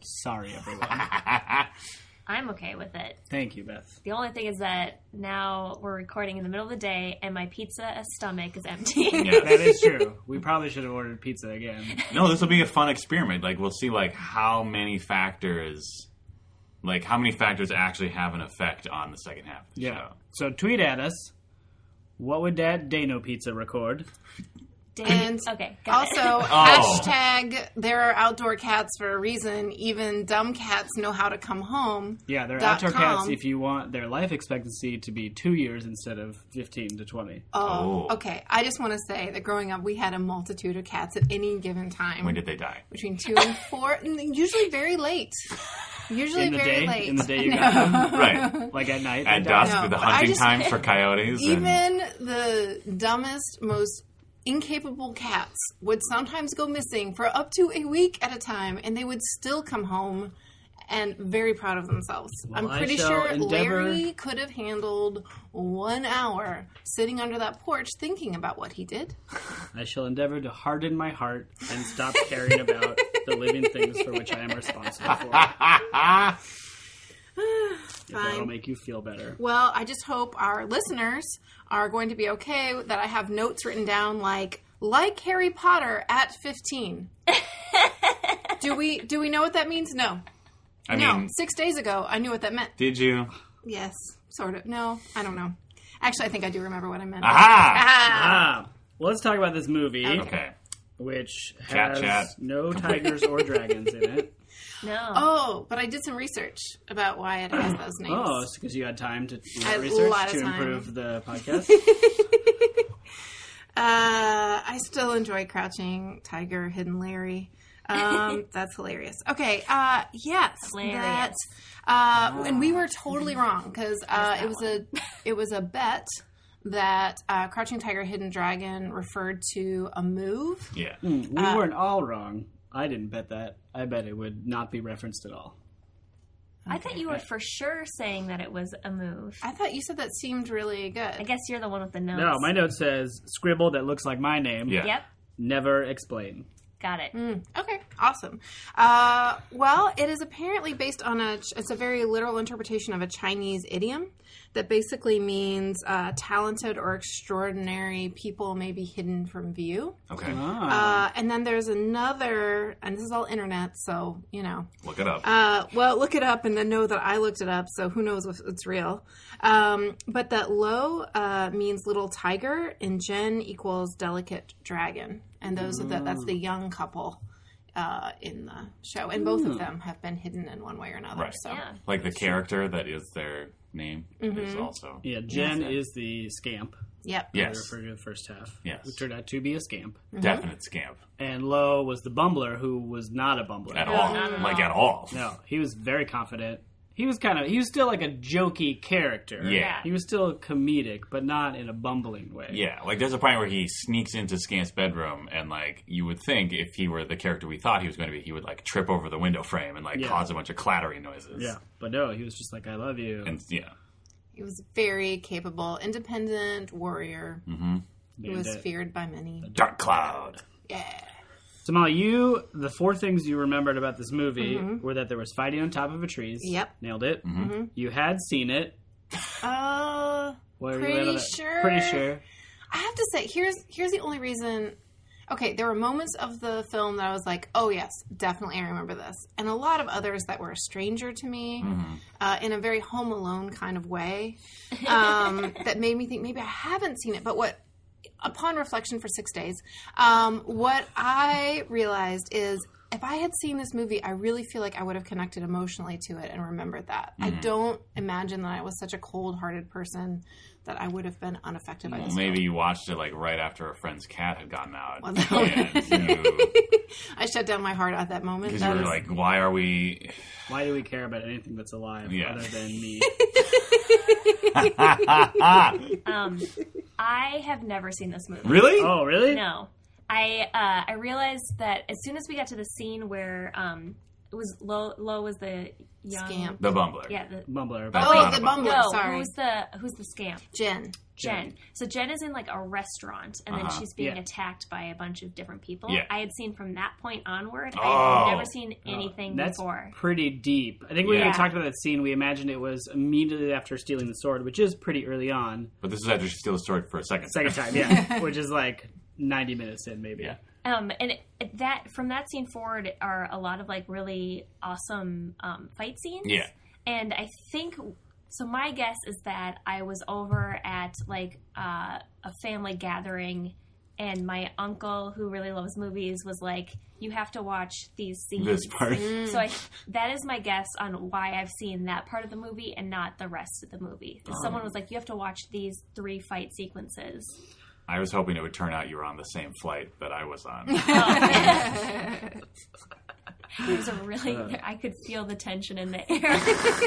Sorry, everyone. I'm okay with it. Thank you, Beth. The only thing is that now we're recording in the middle of the day, and my pizza stomach (laughs) is empty. (laughs) That is true. We probably should have ordered pizza again. No, this will be a fun experiment. Like we'll see like how many factors like how many factors actually have an effect on the second half of the Yeah. show. So tweet at us. What would that Dano pizza record? Dang. And okay, got Also, it. Oh. hashtag there are outdoor cats for a reason. Even dumb cats know how to come home. Yeah, they're Dot outdoor com. cats if you want their life expectancy to be two years instead of 15 to 20. Oh, Oh. okay. I just want to say that growing up, we had a multitude of cats at any given time. When did they die? between two and four, and usually very (laughs) late. Usually In the very day? late. In the (laughs) day you got them? Right. Like at night? At they die? dusk No, with the but I hunting just- times for coyotes (laughs) and Even the dumbest, most incapable cats would sometimes go missing for up to a week at a time, and they would still come home and very proud of themselves. I I'm pretty shall sure endeavor- Larry could have handled one hour sitting under that porch thinking about what he did. I shall endeavor to harden my heart and stop caring about the living things for which I am responsible (laughs) for. If That'll Fine. make you feel better. Well, I just hope our listeners are going to be okay that I have notes written down like like Harry Potter at 15. do we do we know what that means? No. I no. mean 6 days ago I knew what that meant. did you? Yes, sort of. No, I don't know. Actually, I think I do remember what I meant. Uh-huh. Aha! Ah! Ah, well, let's talk about this movie, Okay. which Chat, has chat. no tigers or dragons (laughs) in it. no. Oh, but I did some research about why it has (clears throat) those names. Oh, it's because you had time to do I had a research lot of to time. improve the podcast. Uh, I still enjoy Crouching Tiger, Hidden Larry. (laughs) Um, that's hilarious. Okay, uh, yes, Hilarious. that. Uh, and Ah. we were totally wrong because uh, it was a it was a bet that uh, Crouching Tiger, Hidden Dragon referred to a move. Yeah. we weren't all wrong. I didn't bet that. I bet it would not be referenced at all. I thought you were for sure saying that it was a move. I thought you said that seemed really I good. guess you're the one with the notes. No, my note says scribble that looks like my name. Yeah. Yep, Never explain. got it. Mm, okay, awesome. Uh, well, it is apparently based on a. It's a very literal interpretation of a Chinese idiom that basically means uh, talented or extraordinary people may be hidden from view. Okay. Ah. Uh, and then there's another, and this is all internet, so you know. Look it up. Uh, well, look it up, and then know that I looked it up, so who knows if it's real. Um, but that lo uh, means little tiger, and gen equals delicate dragon, and those are the that's the young couple uh, in the show, and both of them have been hidden in one way or another. Right. So Yeah. like the character that is their name is also. yeah, Jen is the scamp. yep, I Yes. referred to the first half. Yes. Who turned out to be a scamp. Definite scamp. And Lowe was the bumbler who was not a bumbler. At all. Like at all. No, he was very confident. He was kind of, he was still like a jokey character. Yeah. He was still comedic, but not in a bumbling way. Yeah, like there's a point where he sneaks into Scant's bedroom, and like you would think if he were the character we thought he was going to be, he would like trip over the window frame and like Yeah. cause a bunch of clattering noises. Yeah. But no, he was just like, I love you. and yeah, he was very capable, independent warrior Mm. who Named was it. feared by many. mm-hmm. dark cloud. Yeah. So, Molly, you the four things you remembered about this movie were that there was fighting on top of a trees. Mm-hmm. Yep. Mm-hmm. nailed it. Mm-hmm. You had seen it. Uh, What were you Pretty able to- sure. Pretty sure. I have to say, here's here's the only reason. Okay, there were moments of the film that I was like, "Oh yes, definitely, I remember this," and a lot of others that were a stranger to me, Mm-hmm. uh, in a very Home Alone kind of way, (laughs) um, that made me think maybe I haven't seen it. But what, upon reflection for six days, um, what I realized is. If I had seen this movie, I really feel like I would have connected Mm-hmm. emotionally to it and remembered that. I don't imagine that I was such a cold hearted person that I would have been unaffected by Well, this. maybe you watched it like right after a friend's cat had gotten out. Well, that and I shut down my heart at that moment. Because you That were like, is- why are we? Why do we care about anything that's alive Yeah. other than (laughs) me? Um, I have never seen this movie. Really? oh, (laughs) really? No, I uh, I realized that as soon as we got to the scene where um, it was Lo Lo was the young (laughs) Scamp. The Bumbler. yeah the Mumbler. That- oh, Not the about- bumbler. no sorry, who's the who's the scamp Jen. Jen. So Jen is in like a restaurant, and Uh-huh. then she's being Yeah. attacked by a bunch of different people. Yeah. I had seen from that point onward. I had Oh. never seen anything That's before. pretty deep. I think when Yeah. we talked about that scene, we imagined it was immediately after stealing the sword, which is pretty early on. But this is after she steals the sword for a second. Second (laughs) time, yeah, which is like ninety minutes in, maybe. Yeah. Um, and it, it- that from that scene forward are a lot of like really awesome um, fight scenes. Yeah. And I think so. My guess is that I was over at like uh, a family gathering, and my uncle, who really loves movies, was like, "You have to watch these (laughs) scenes." This part. So I, that is my guess on why I've seen that part of the movie and not the rest of the movie. Uh-huh. 'Cause Someone was like, "You have to watch these three fight sequences." I was hoping it would turn out you were on the same flight that I was on. It was a (laughs) really, I could feel the tension in the air.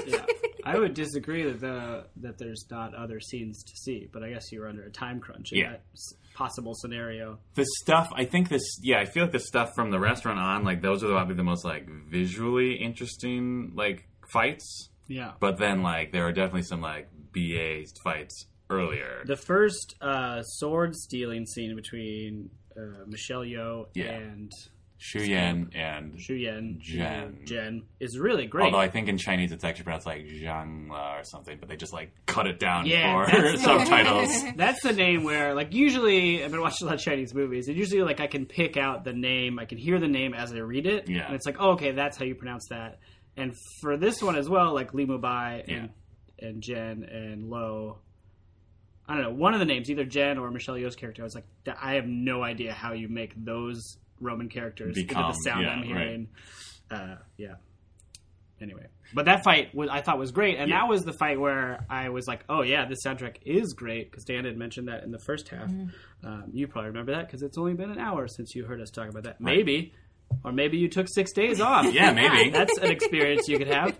(laughs) Yeah. I would disagree that the, that there's not other scenes to see, but I guess you were under a time crunch in Yeah. that s- possible scenario. the stuff I think this yeah, I feel like the stuff from the restaurant on, like those are probably the most like visually interesting like fights. Yeah. But then like there are definitely some like BA fights earlier. The first uh, sword stealing scene between uh, Michelle Yeoh Yeah. and Shuyen and Xu Yan Jen. Jen is really great. although I think in Chinese it's actually pronounced like Zhangla or something, but they just like cut it down Yeah, (laughs) for (laughs) subtitles. That's the name where, like, usually I've been watching a lot of Chinese movies, and usually, like, I can pick out the name, I can hear the name as I read it, Yeah. and it's like, oh, okay, that's how you pronounce that. And for this one as well, like Li Mubai and and Jen and Lo, I don't know, one of the names, either Jen or Michelle Yeoh's character. I was like, "Th- I have no idea how you make those Roman characters Become, into the sound yeah, I'm right. hearing. Uh, yeah. Anyway, but that fight was, I thought was great, and Yeah. that was the fight where I was like, "Oh yeah, this soundtrack is great." Because Dan had mentioned that in the first half. Mm-hmm. Um, you probably remember that because it's only been an hour since you heard us talk about that. Maybe, or maybe you took six (laughs) days off. Yeah, maybe. (laughs) That's an experience you (laughs) could have.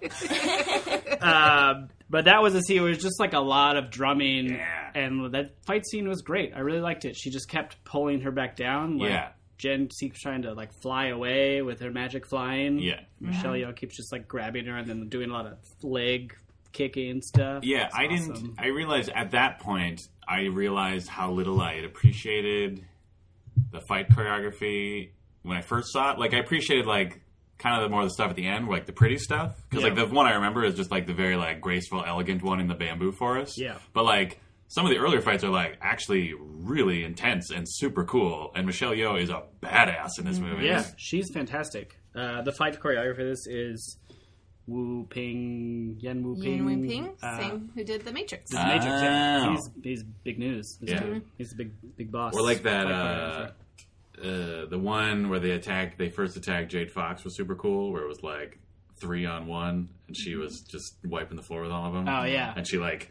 um, but that was a scene where it was just like a lot of drumming, Yeah. and that fight scene was great. I really liked it. She just kept pulling her back down. Like, Yeah. Jen keeps trying to like fly away with her magic flying. Yeah. Michelle Yeoh keeps just like grabbing her and then doing a lot of leg kicking and stuff. Yeah, It's I awesome. didn't. I realized at that point, I realized how little I had appreciated the fight choreography when I first saw it. Like, I appreciated like kind of the more of the stuff at the end, like the pretty stuff, because like Yeah. the one I remember is just like the very like graceful, elegant one in the bamboo forest. Yeah. but like. Some of the earlier fights are like actually really intense and super cool, and Michelle Yeoh is a badass in this movie. Mm-hmm. Yeah, she's fantastic. Uh, the fight choreographer for this is Wu Ping Yan Wu Ping. Yin Wing Ping, Uh, same who did the Matrix. this is Matrix, yeah. Oh. He's, he's big news. This Yeah. dude. He's a big big boss. Or like that, Fight uh, choreographer. uh, the one where they attacked, they first attacked Jade Fox was super cool, where it was like three on one, and she was just wiping the floor with all of them. Mm-hmm. Oh, yeah. And she like,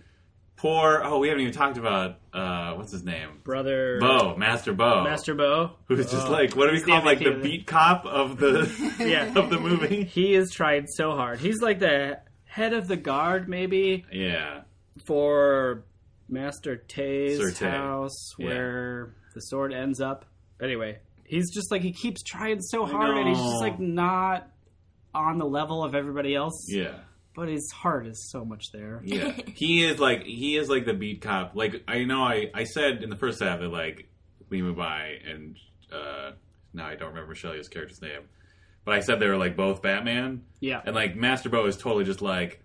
poor, oh, we haven't even talked about, uh, what's his name? brother Bo, Master Bo. Master Bo. Who's just like, what do we the call like the MVP of the- beat cop of the, (laughs) Yeah. (laughs) of the movie? he is trying so hard. He's like the head of the guard, maybe Yeah. for Master Tay's Sir Tay. house, Yeah. where the sword ends up. Anyway, he's just like he keeps trying so hard, and he's just know. like not on the level of everybody else. Yeah. But his heart is so much there. (laughs) Yeah, he is like he is like the beat cop. Like I know I I said in the first half that like Lee Mubai and uh now I don't remember Michelle Yeoh's character's name, but I said they were like both Batman Yeah, and like Master Bo is totally just like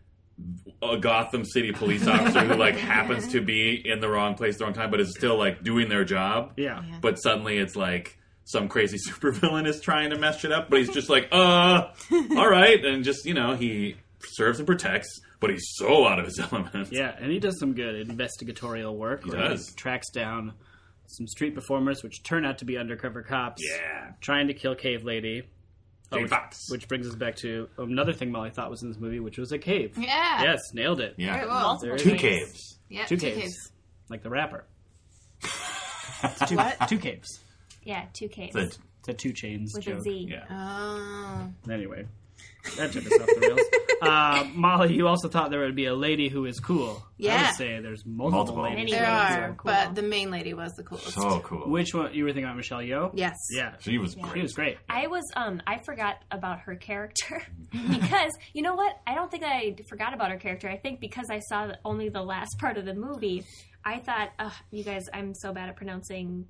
a Gotham City (laughs) police officer who like happens to be in the wrong place at the wrong time, but is still like doing their job. yeah. But suddenly it's like some crazy (laughs) supervillain is trying to mess shit up, but he's just like, uh, all right. And just, you know, he serves and protects, but he's so out of his (laughs) element. Yeah, and he does some good investigatorial work. He does. tracks down some street performers, which turn out to be undercover cops. Yeah. Trying to kill Cave Lady. Jay Oh, which, Fox. which brings us back to another thing Molly thought was in this movie, which was a cave. Yeah. Yes, nailed it. Very yeah. well. Multiple There Two ways. caves. Yeah, Two two, caves. caves. like the rapper. (laughs) Two, what? Uh, Two capes. Yeah, two Ks. The, It's a two chains With a joke. Z. Yeah. Oh. Anyway, that took us off the rails. (laughs) Uh, Molly, you also thought there would be a lady who is cool. I Yeah. would say there's multiple, Multiple. Many ladies. There ladies are, cool. but the main lady was the coolest. so cool. Which one you were thinking about, Michelle Yeoh? Yes. Yeah, she was she great. was great. I was um I forgot about her character (laughs) because you know what I don't think I forgot about her character I think because I saw only the last part of the movie I thought Ugh, you guys I'm so bad at pronouncing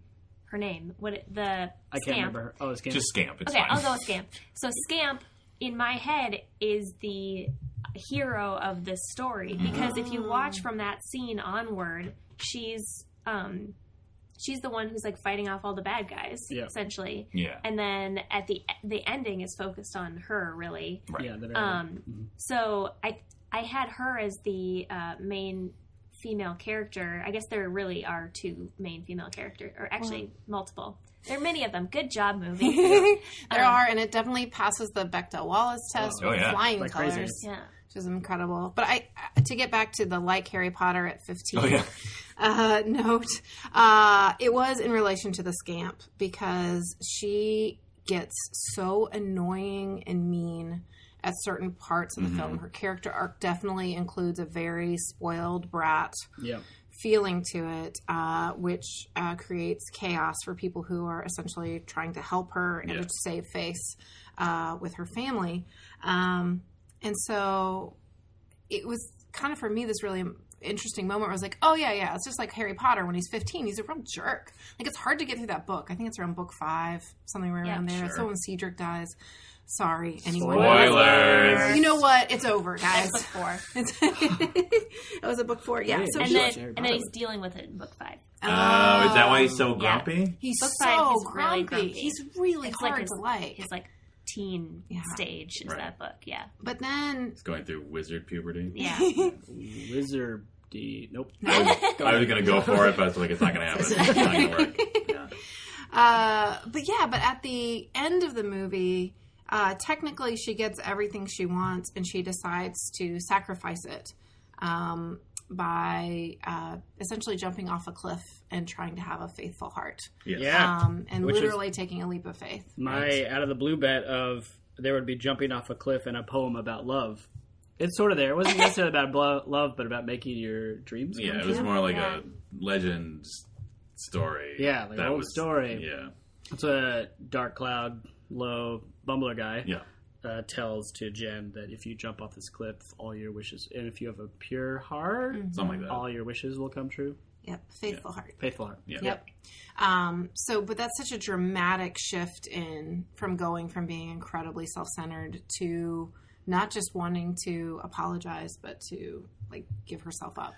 her name what it- the I can't remember her. Oh, it's Scamp. Just scamp. It's okay fine. I'll go with Scamp so Scamp in my head is the hero of this story because if you watch from that scene onward she's um she's the one who's like fighting off all the bad guys Yeah. essentially yeah. and then at the the ending is focused on her really Right. yeah, the very um so i i had her as the uh main female character i guess there really are two main female characters or actually multiple there are many of them good (laughs) job movie (laughs) there are, and it definitely passes the Bechdel Wallace test Oh, with yeah. flying Like colors, crazy. yeah which is incredible. But I, I- to get back to the like Harry Potter at fifteen Oh (laughs) yeah. uh, note, uh, it was in relation to the scamp because she gets so annoying and mean at certain parts of the film. Her character arc definitely includes a very spoiled brat yeah. feeling to it, uh, which uh, creates chaos for people who are essentially trying to help her and Yeah. to save face uh, with her family. Um, and so it was kind of for me this really interesting moment where I was like, oh, yeah, yeah, it's just like Harry Potter when he's 15. He's a real jerk. Like, it's hard to get through that book. I think it's around book five, something right Yeah, around there. So sure. when Cedric dies, sorry, anyone. Spoilers. You know what? It's over, guys. book four (laughs) It's- it was a book four, yeah. So and he- then Harry and Potter. then he's dealing with it in book five Oh, Oh, is that why he's so Yeah. grumpy? He's Book so five, he's grumpy. really grumpy. He's really It's like hard his- to like. he's like teen Yeah. stage is Right. that book yeah (laughs) but then, He's going through wizard puberty. yeah Wizardy. (laughs) Nope. I was gonna go for it, but I was like, it's not gonna happen. It's not gonna work. (laughs) uh, but yeah, but at the end of the movie, uh, technically she gets everything she wants, and she decides to sacrifice it um, by uh, essentially jumping off a cliff and trying to have a faithful heart, Yes. Yeah. um, and Which is- literally taking a leap of faith. My out of the blue bet of there would be jumping off a cliff and a poem about love. It's sort of there. (laughs) It wasn't necessarily about blo- love, but about making your dreams. come Yeah, it was more like a legend story. Yeah, like old story. Yeah, That's what Dark Cloud, low Bumbler guy, yeah, uh, tells to Jen that if you jump off this cliff, all your wishes, and if you have a pure heart, Mm-hmm. something like that. all your wishes will come true. Yep, faithful heart. Faithful heart. Yeah. Yep. Um, so, but that's such a dramatic shift in from going from being incredibly self-centered to not just wanting to apologize, but to like give herself up.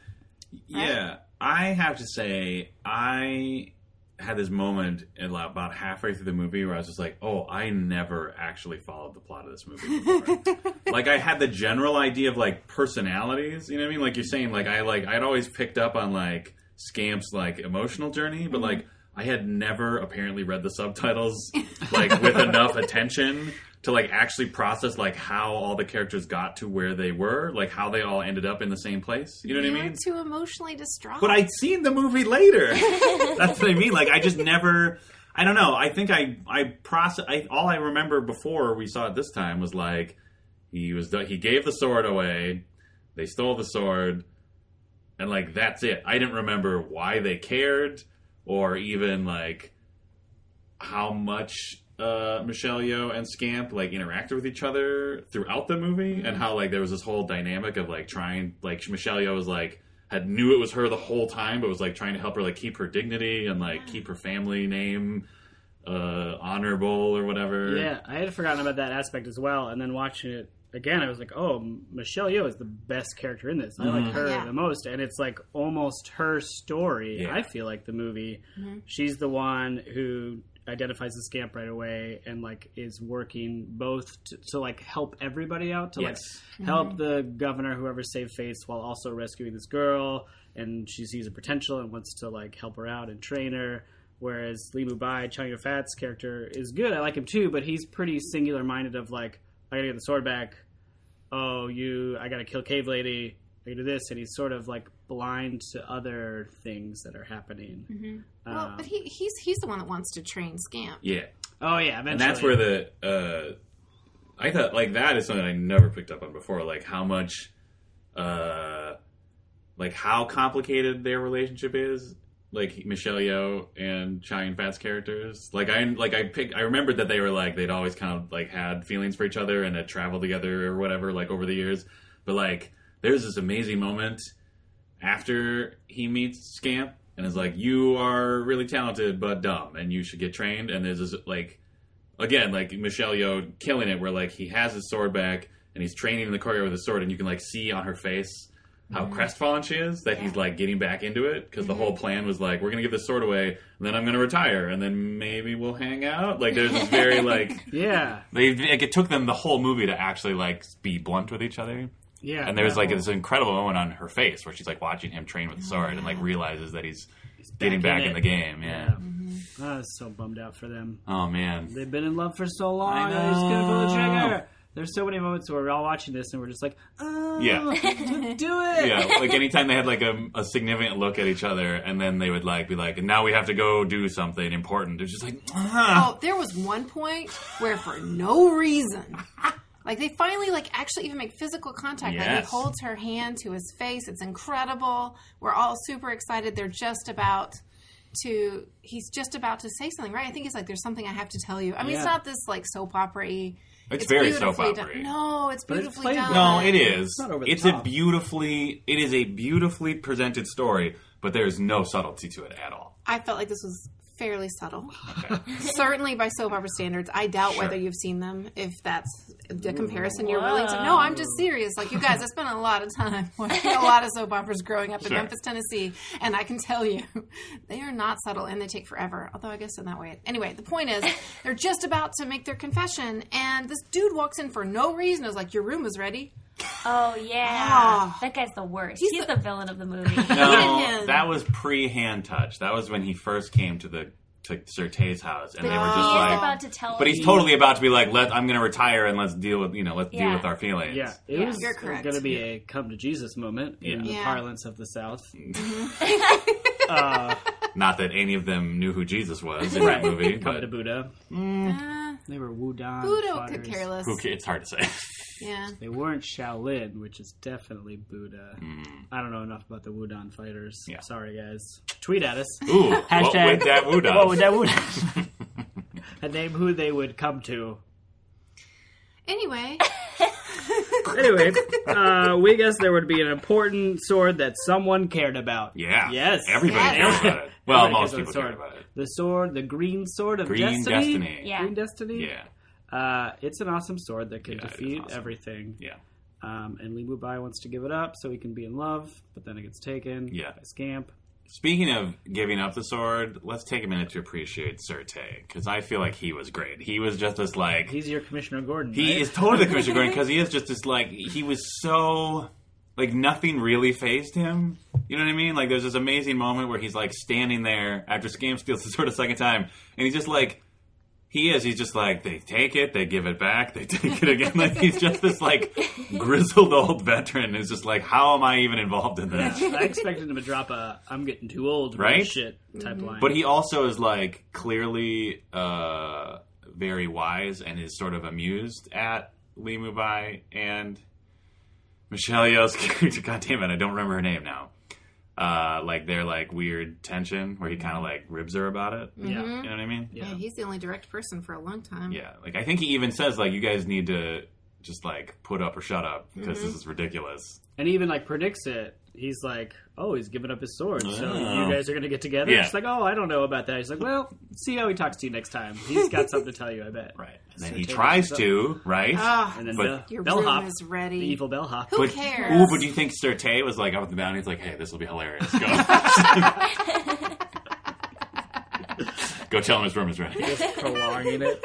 Yeah, I have to say, I had this moment in la- about halfway through the movie where I was just like, "Oh, I never actually followed the plot of this movie." Before. like, I had the general idea of like personalities. You know what I mean? Like you're saying, like I like I'd always picked up on like Scamp's like emotional journey, but like I had never apparently read the subtitles like with enough attention to like actually process like how all the characters got to where they were, like how they all ended up in the same place. You know what You I mean? were too emotionally distraught. but I'd seen the movie later. That's what I mean. Like I just never. I don't know. I think I I process. I, all I remember before we saw it this time was like he was the, he gave the sword away. They stole the sword, and like that's it. I didn't remember why they cared or even like how much uh, Michelle Yeoh and Scamp like interacted with each other throughout the movie, and how like there was this whole dynamic of like trying like Michelle Yeoh was like had knew it was her the whole time, but was like trying to help her like keep her dignity and like keep her family name uh, honorable or whatever. Yeah, I had forgotten about that aspect as well. And then watching it again, I was like, oh, M- Michelle Yeoh is the best character in this. I Mm-hmm. like her Yeah. the most. And it's like almost her story, Yeah. I feel like, the movie. She's the one who identifies the scamp right away and like is working both to, to like help everybody out to Yes. like help the governor whoever save face while also rescuing this girl and she sees a potential and wants to like help her out and train her whereas Lee Mubai Chung Fat's character is good I like him too but he's pretty singular minded of like I gotta get the sword back oh you I gotta kill Cave Lady I can do this, and he's sort of like blind to other things that are happening. Mm-hmm. Um, Well, but he, he's he's the one that wants to train Scamp. Yeah. Oh yeah, eventually. And that's where the uh, I thought like that is something I never picked up on before. Like how much, uh, like how complicated their relationship is. Like Michelle Yeoh and Chow Yun Fat's characters. Like I like I pick I remembered that they were like they'd always kind of like had feelings for each other and had traveled together or whatever like over the years. But like there's this amazing moment after he meets Scamp and is like, "You are really talented but dumb, and you should get trained." And there's this like, again, like Michelle Yeoh killing it, where like he has his sword back and he's training in the courtyard with his sword, and you can like see on her face how crestfallen she is that he's like getting back into it because the whole plan was like, "We're gonna give this sword away, and then I'm gonna retire, and then maybe we'll hang out." Like there's this very like, yeah, They like, it took them the whole movie to actually like be blunt with each other. yeah. And there's that like whole- this incredible moment on her face where she's like watching him train with the sword and like realizes that he's getting back back in, in it. the game. Yeah. Mm-hmm. I was so bummed out for them. Oh man. They've been in love for so long. I I just gonna pull the know. trigger. There's so many moments where we're all watching this and we're just like, oh, Yeah. (laughs) just do it. Yeah, like anytime they had like a, a significant look at each other, and then they would like be like, and "Now we have to go do something important." They're just like, "Ah." Oh, there was one point where for no (laughs) reason, like they finally like actually even make physical contact. Like Yes. he holds her hand to his face. It's incredible. We're all super excited. They're just about to. He's just about to say something, right? I think it's like there's something I have to tell you. I mean, it's Yeah. not this like soap opera. It's, It's very soap beautifully opera-y. Done. No, it's it's beautifully played done. well. No, it is. It's, not over the a top. beautifully. It is a beautifully presented story, but there is no subtlety to it at all. I felt like this was fairly subtle. Certainly by soap opera standards. I doubt whether you've seen them if that's the comparison you're willing to. No, I'm just serious. Like, you guys, I spent a lot of time (laughs) (laughs) watching a lot of soap operas growing up in Sure. Memphis, Tennessee, and I can tell you (laughs) they are not subtle and they take forever. Although, I guess in that way. Anyway, the (laughs) point is they're just about to make their confession, and this dude walks in for no reason. It was like, Your room is ready. Oh yeah, Ah. that guy's the worst. He's, the, villain of (laughs) the movie. No, him. that was pre hand touch. That was when he first came to the to Surte's house, and they were just But he is like, about to tell. but he's you- (laughs) totally about to be like, "Let I'm going to retire and let's deal with you know let's deal Yeah. with our feelings." Yeah, it Yeah. was You're correct. going to be a come to Jesus moment in the Yeah. parlance of the South. Not that any of them knew who Jesus was (laughs) in that movie, Come but to Buddha. Uh, They were Wudan. Buddha could fighters. care less. who ca- it's hard to say. Yeah. They weren't Shaolin, which is definitely Buddha. I don't know enough about the Wudan fighters. Mm. Yeah. Sorry, guys. Tweet at us. Ooh, (laughs) what (laughs) Hashtag- would that Woo does? What would that (laughs) Wudan? and name who they would come to. (laughs) Anyway, Anyway, uh, we guess there would be an important sword that someone cared about. Yeah. Yes. Everybody Yes. cared (laughs) about it. Well, Everybody most cares people about cared sword. about it. The sword, the green sword of Green destiny. Destiny. Yeah. Green destiny. Yeah. Uh, it's an awesome sword that can Yeah, it is defeat awesome. everything. Yeah. Um, and Limu Bai wants to give it up so he can be in love, but then it gets taken Yeah. by Scamp. Speaking of giving up the sword, let's take a minute to appreciate Surte because I feel like he was great. He was just this like He's your Commissioner Gordon. He (laughs) right? is totally the Commissioner Gordon because he is just this like he was so like nothing really phased him. You know what I mean? Like there's this amazing moment where he's like standing there after Scam steals (laughs) the sword a second time, and he's just like he is. He's just like they take it, they give it back, they (laughs) take it again. Like he's just this like grizzled old veteran who's just like, how am I even involved in this? I expected him to drop a "I'm getting too old" Right? bullshit type line. But he also is like clearly uh, very wise and is sort of amused at Lee Mubai and Michelle Yeoh's (laughs) character. God damn it, I don't remember her name now. Uh, like their like weird tension where he kind of like ribs her about it. yeah, You know what I mean? Mm-hmm. yeah. yeah, he's the only direct person for a long time. Yeah. Like I think he even says like you guys need to just like put up or shut up because this is ridiculous. and he even like predicts it. He's like, "Oh, he's giving up his sword, so Oh. you guys are gonna get together." Yeah. She's like, "Oh, I don't know about that." He's like, "Well, see how he talks to you next time. He's got something to tell you, (laughs) I bet." Right. And then he Taylor tries says, to, right? Ah, And then But- the your bellhop, room is the ready. evil bellhop, (laughs) Who but, cares? Ooh, but do you think Surte was like out the bounty? He's like, hey, this will be hilarious. (laughs) Go, Go tell him his room is ready. (laughs) just prolonging it.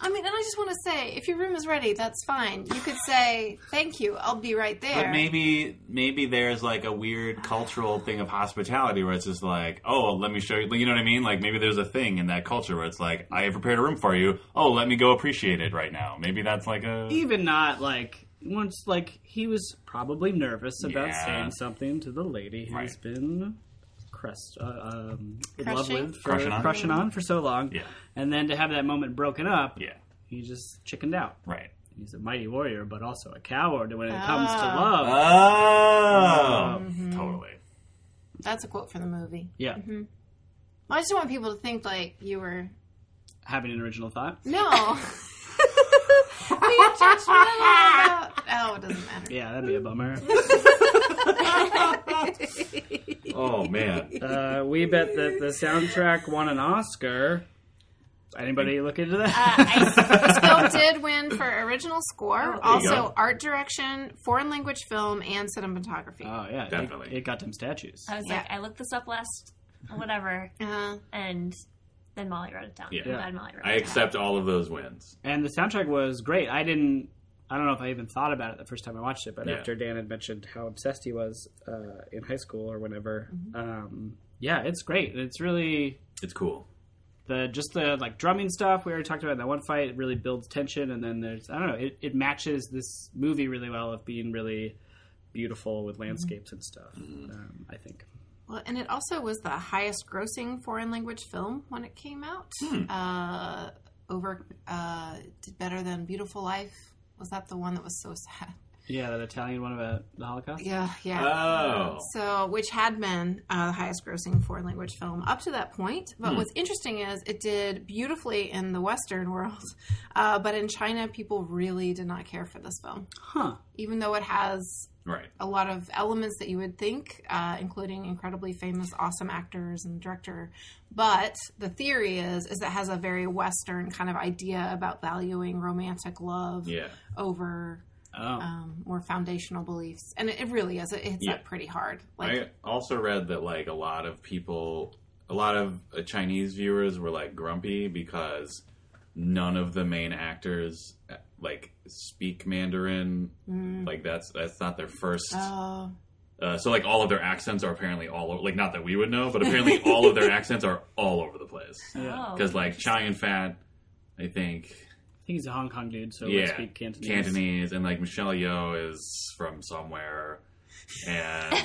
I mean, and I just want to say, if your room is ready, that's fine. You could say, "Thank you, I'll be right there." But maybe maybe there's like a weird cultural thing of hospitality where it's just like, oh, let me show you. You know what I mean? Like maybe there's a thing in that culture where it's like, I have prepared a room for you. Oh, let me go appreciate it right now. Maybe that's like a even not like once like he was probably nervous about Yeah. saying something to the lady who's Right. been crest, uh, um, in love Crushing? with for Crushing on? for so long, Yeah. and then to have that moment broken up, Yeah. he just chickened out. Right. He's a mighty warrior, but also a coward when it comes to love. Ah. Oh, Mm-hmm. totally. That's a quote from the movie. yeah, I just want people to think like you were having an original thought. (laughs) no. (laughs) Being judgmental about- Oh, it doesn't matter. Yeah, that'd be a bummer. Oh man, uh, we bet that the soundtrack won an Oscar. Anybody look into Ah. that? Bill did win for original score, Oh, There you also go. art direction, foreign language film, and cinematography. (laughs) oh yeah, it- Definitely. It, got them statues. I was like, I looked this up last, whatever, Uh, and then Molly wrote it down. Yeah. I'm glad Molly wrote I it down. accept all of those wins. And the soundtrack was great. I didn't. I don't know if I even thought about it the first time I watched it, but Yeah. after Dan had mentioned how obsessed he was uh, in high school or whenever, um, yeah, it's great. It's really It's cool. the just the like drumming stuff we already talked about in that one fight it really builds tension and then there's i don't know it, it matches this movie really well of being really beautiful with landscapes and stuff um, i think well, and it also was the highest grossing foreign language film when it came out. Uh, over uh, did better than Beautiful Life. Was that the one that was so sad? yeah that italian one about the holocaust Yeah, yeah. Oh, So, which had been uh, the highest grossing foreign language film up to that point. But what's interesting is it did beautifully in the Western world, uh, but in China, people really did not care for this film. huh Even though it has right. a lot of elements that you would think, uh, including incredibly famous, awesome actors and director. But the theory is is it has a very Western kind of idea about valuing romantic love Yeah. over oh um, more foundational beliefs, and it, it really is. It hits Yeah. that pretty hard. I also read that like a lot of people, a lot of uh, Chinese viewers were like grumpy because none of the main actors uh, like speak Mandarin. Like that's that's not their first. Oh, Uh, so like all of their accents are apparently all over. Like not that we would know, but apparently all of their accents are all over the place. yeah. Oh. Because like Chai and Fat, I think i think he's a hong kong dude so yeah, let's speak cantonese, Cantonese, and like Michelle Yeoh is from somewhere, and (laughs)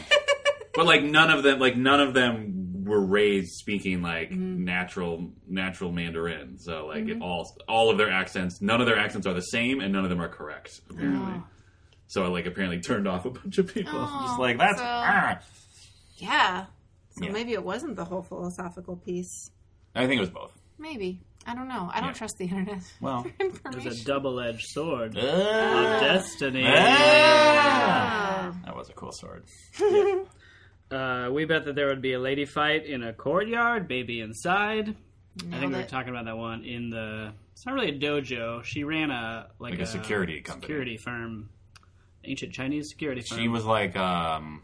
but like none of them, like none of them were raised speaking like natural natural Mandarin. So like it all all of their accents, none of their accents are the same, and none of them are correct apparently. So it, like apparently turned off a bunch of people. Just like that's so- ah. yeah. So Yeah. maybe it wasn't the whole philosophical piece. I think it was both. Maybe I don't know. I don't Yeah. trust the internet Well, for information. there's a double-edged sword of Ah. destiny Ah. that was a cool sword. Uh, we bet that there would be a lady fight in a courtyard, baby inside. I think we were it. talking about that one in the. It's not really a dojo. She ran a like, Like a security company. security firm, ancient Chinese security firm. She was like, um,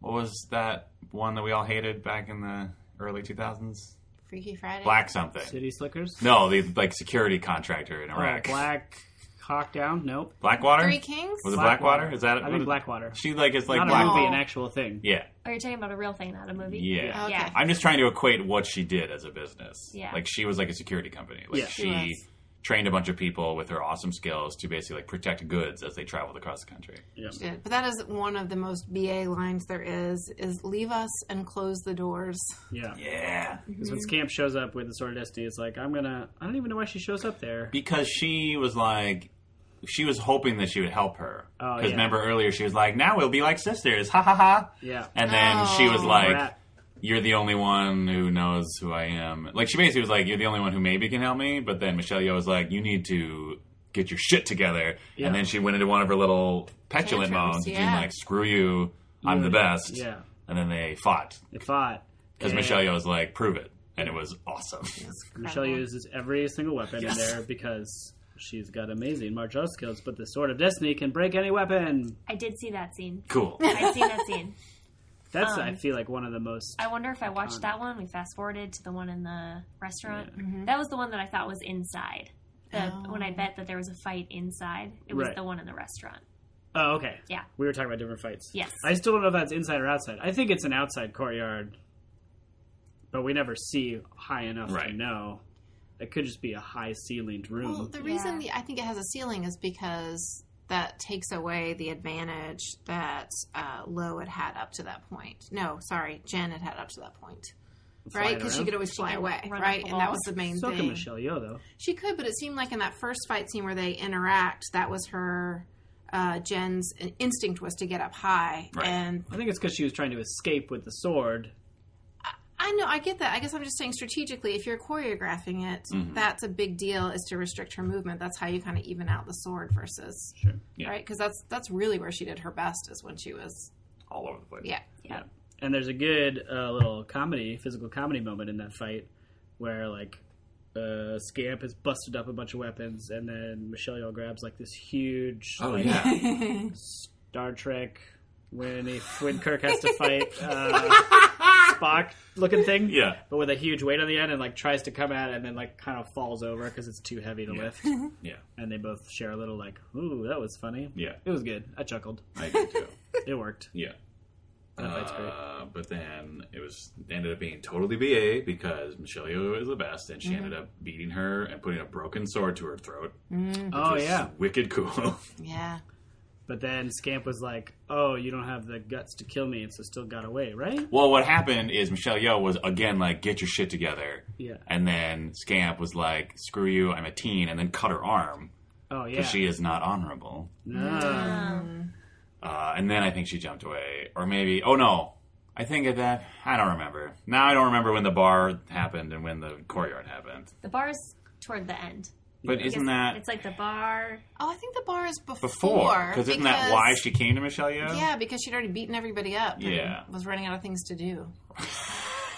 what was that one that we all hated back in the early 2000s? Freaky Friday. Black something. city slickers. No, the like security contractor in Oh, Iraq. black hawk down. Nope. Blackwater? Three Kings. Was it Blackwater? Is that I think Blackwater. She like is like Not Black. a movie, an actual thing. Yeah. Are you talking about a real thing, not a movie? Yeah. Okay. Yeah. I'm just trying to equate what she did as a business. Yeah. Like she was like a security company. Like Yeah. She she was. trained a bunch of people with her awesome skills to basically like protect goods as they traveled across the country. Yeah, But that is one of the most BA lines there is: is leave us and close the doors. Yeah. Yeah. Because when Scamp shows up with the sword of destiny, it's like I'm gonna. I don't even know why she shows up there. Because she was like she was hoping that she would help her. Oh, Because yeah. remember earlier she was like, Now we'll be like sisters. Ha ha ha. Yeah. Oh, And then she was like Rat. you're the only one who knows who I am. Like she basically was like, you're the only one who maybe can help me. But then Michelle Yeoh was like, you need to get your shit together. Yeah. And then she went into one of her little petulant Tantrums, modes, being yeah. like, screw you, I'm the best. Yeah. And then they fought They fought. because Yeah. Michelle Yeoh was like, prove it, and it was awesome. (laughs) Michelle Uh-huh. uses every single weapon in there because she's got amazing martial arts skills, but the Sword of Destiny can break any weapon. I did see that scene. (laughs) cool. I've seen that scene. That's, Um, I feel like, one of the most. I wonder if I watched that one. We fast forwarded to the one in the restaurant. Mm-hmm. That was the one that I thought was inside. The, When I bet that there was a fight inside, it was Right. the one in the restaurant. Oh, okay. Yeah. We were talking about different fights. Yes. I still don't know if that's inside or outside. I think it's an outside courtyard, but we never see high enough to Right. know. It could just be a high ceilinged room. Well, the reason the, I think it has a ceiling is because that takes away the advantage that uh, Lo had had up to that point. No, sorry, Jen had had up to that point. Right? Because she around. could always fly away, run up right? the And that walls. was the main So can thing. Michelle Yeoh though. She could, but it seemed like in that first fight scene where they interact, that was her uh, Jen's instinct was to get up high, Right. and I think it's because she was trying to escape with the sword. I know, I get that. I guess I'm just saying strategically, if you're choreographing it, Mm-hmm. that's a big deal is to restrict her movement. That's how you kind of even out the sword versus Sure. Yeah. right because that's that's really where she did her best is when she was all over the place. yeah. And there's a good uh, little comedy, physical comedy moment in that fight where like uh, Scamp has busted up a bunch of weapons, and then Michelle Yeoh grabs like this huge Oh like, yeah. (laughs) Star Trek when he, when Kirk has to (laughs) fight uh, Spock looking thing. Yeah. but with a huge weight on the end, and like tries to come at it, and then like kind of falls over because it's too heavy (laughs) to lift. Yeah. And they both share a little like, "Ooh, that was funny." (laughs) Yeah. It was good. I chuckled. I do too. It worked. Yeah. That fight's Oh, great. Uh, but then it was they ended up being totally BA because Michelle Yeoh is the best, and she Mm-hmm. ended up beating her and putting a broken sword to her throat. Oh Which is yeah. wicked cool. (laughs) Yeah. But then Scamp was like, "Oh, you don't have the guts to kill me," and so still got away, right? well, what happened is Michelle Yeoh was again like, "Get your shit together," Yeah. and then Scamp was like, "Screw you, I'm a teen," and then cut her arm Oh yeah. because she is not honorable. Um, Ah. Uh, and then I think she jumped away, or maybe. Oh no, I think at that I don't remember. Now I don't remember when the bar happened and when the courtyard happened. The bar's toward the end. But isn't that It's like the bar. Oh, I think the bar is before. before. Because isn't that because- why she came to Michelle Yeoh? Yeah, because she'd already beaten everybody up. and Yeah. Was running out of things to do.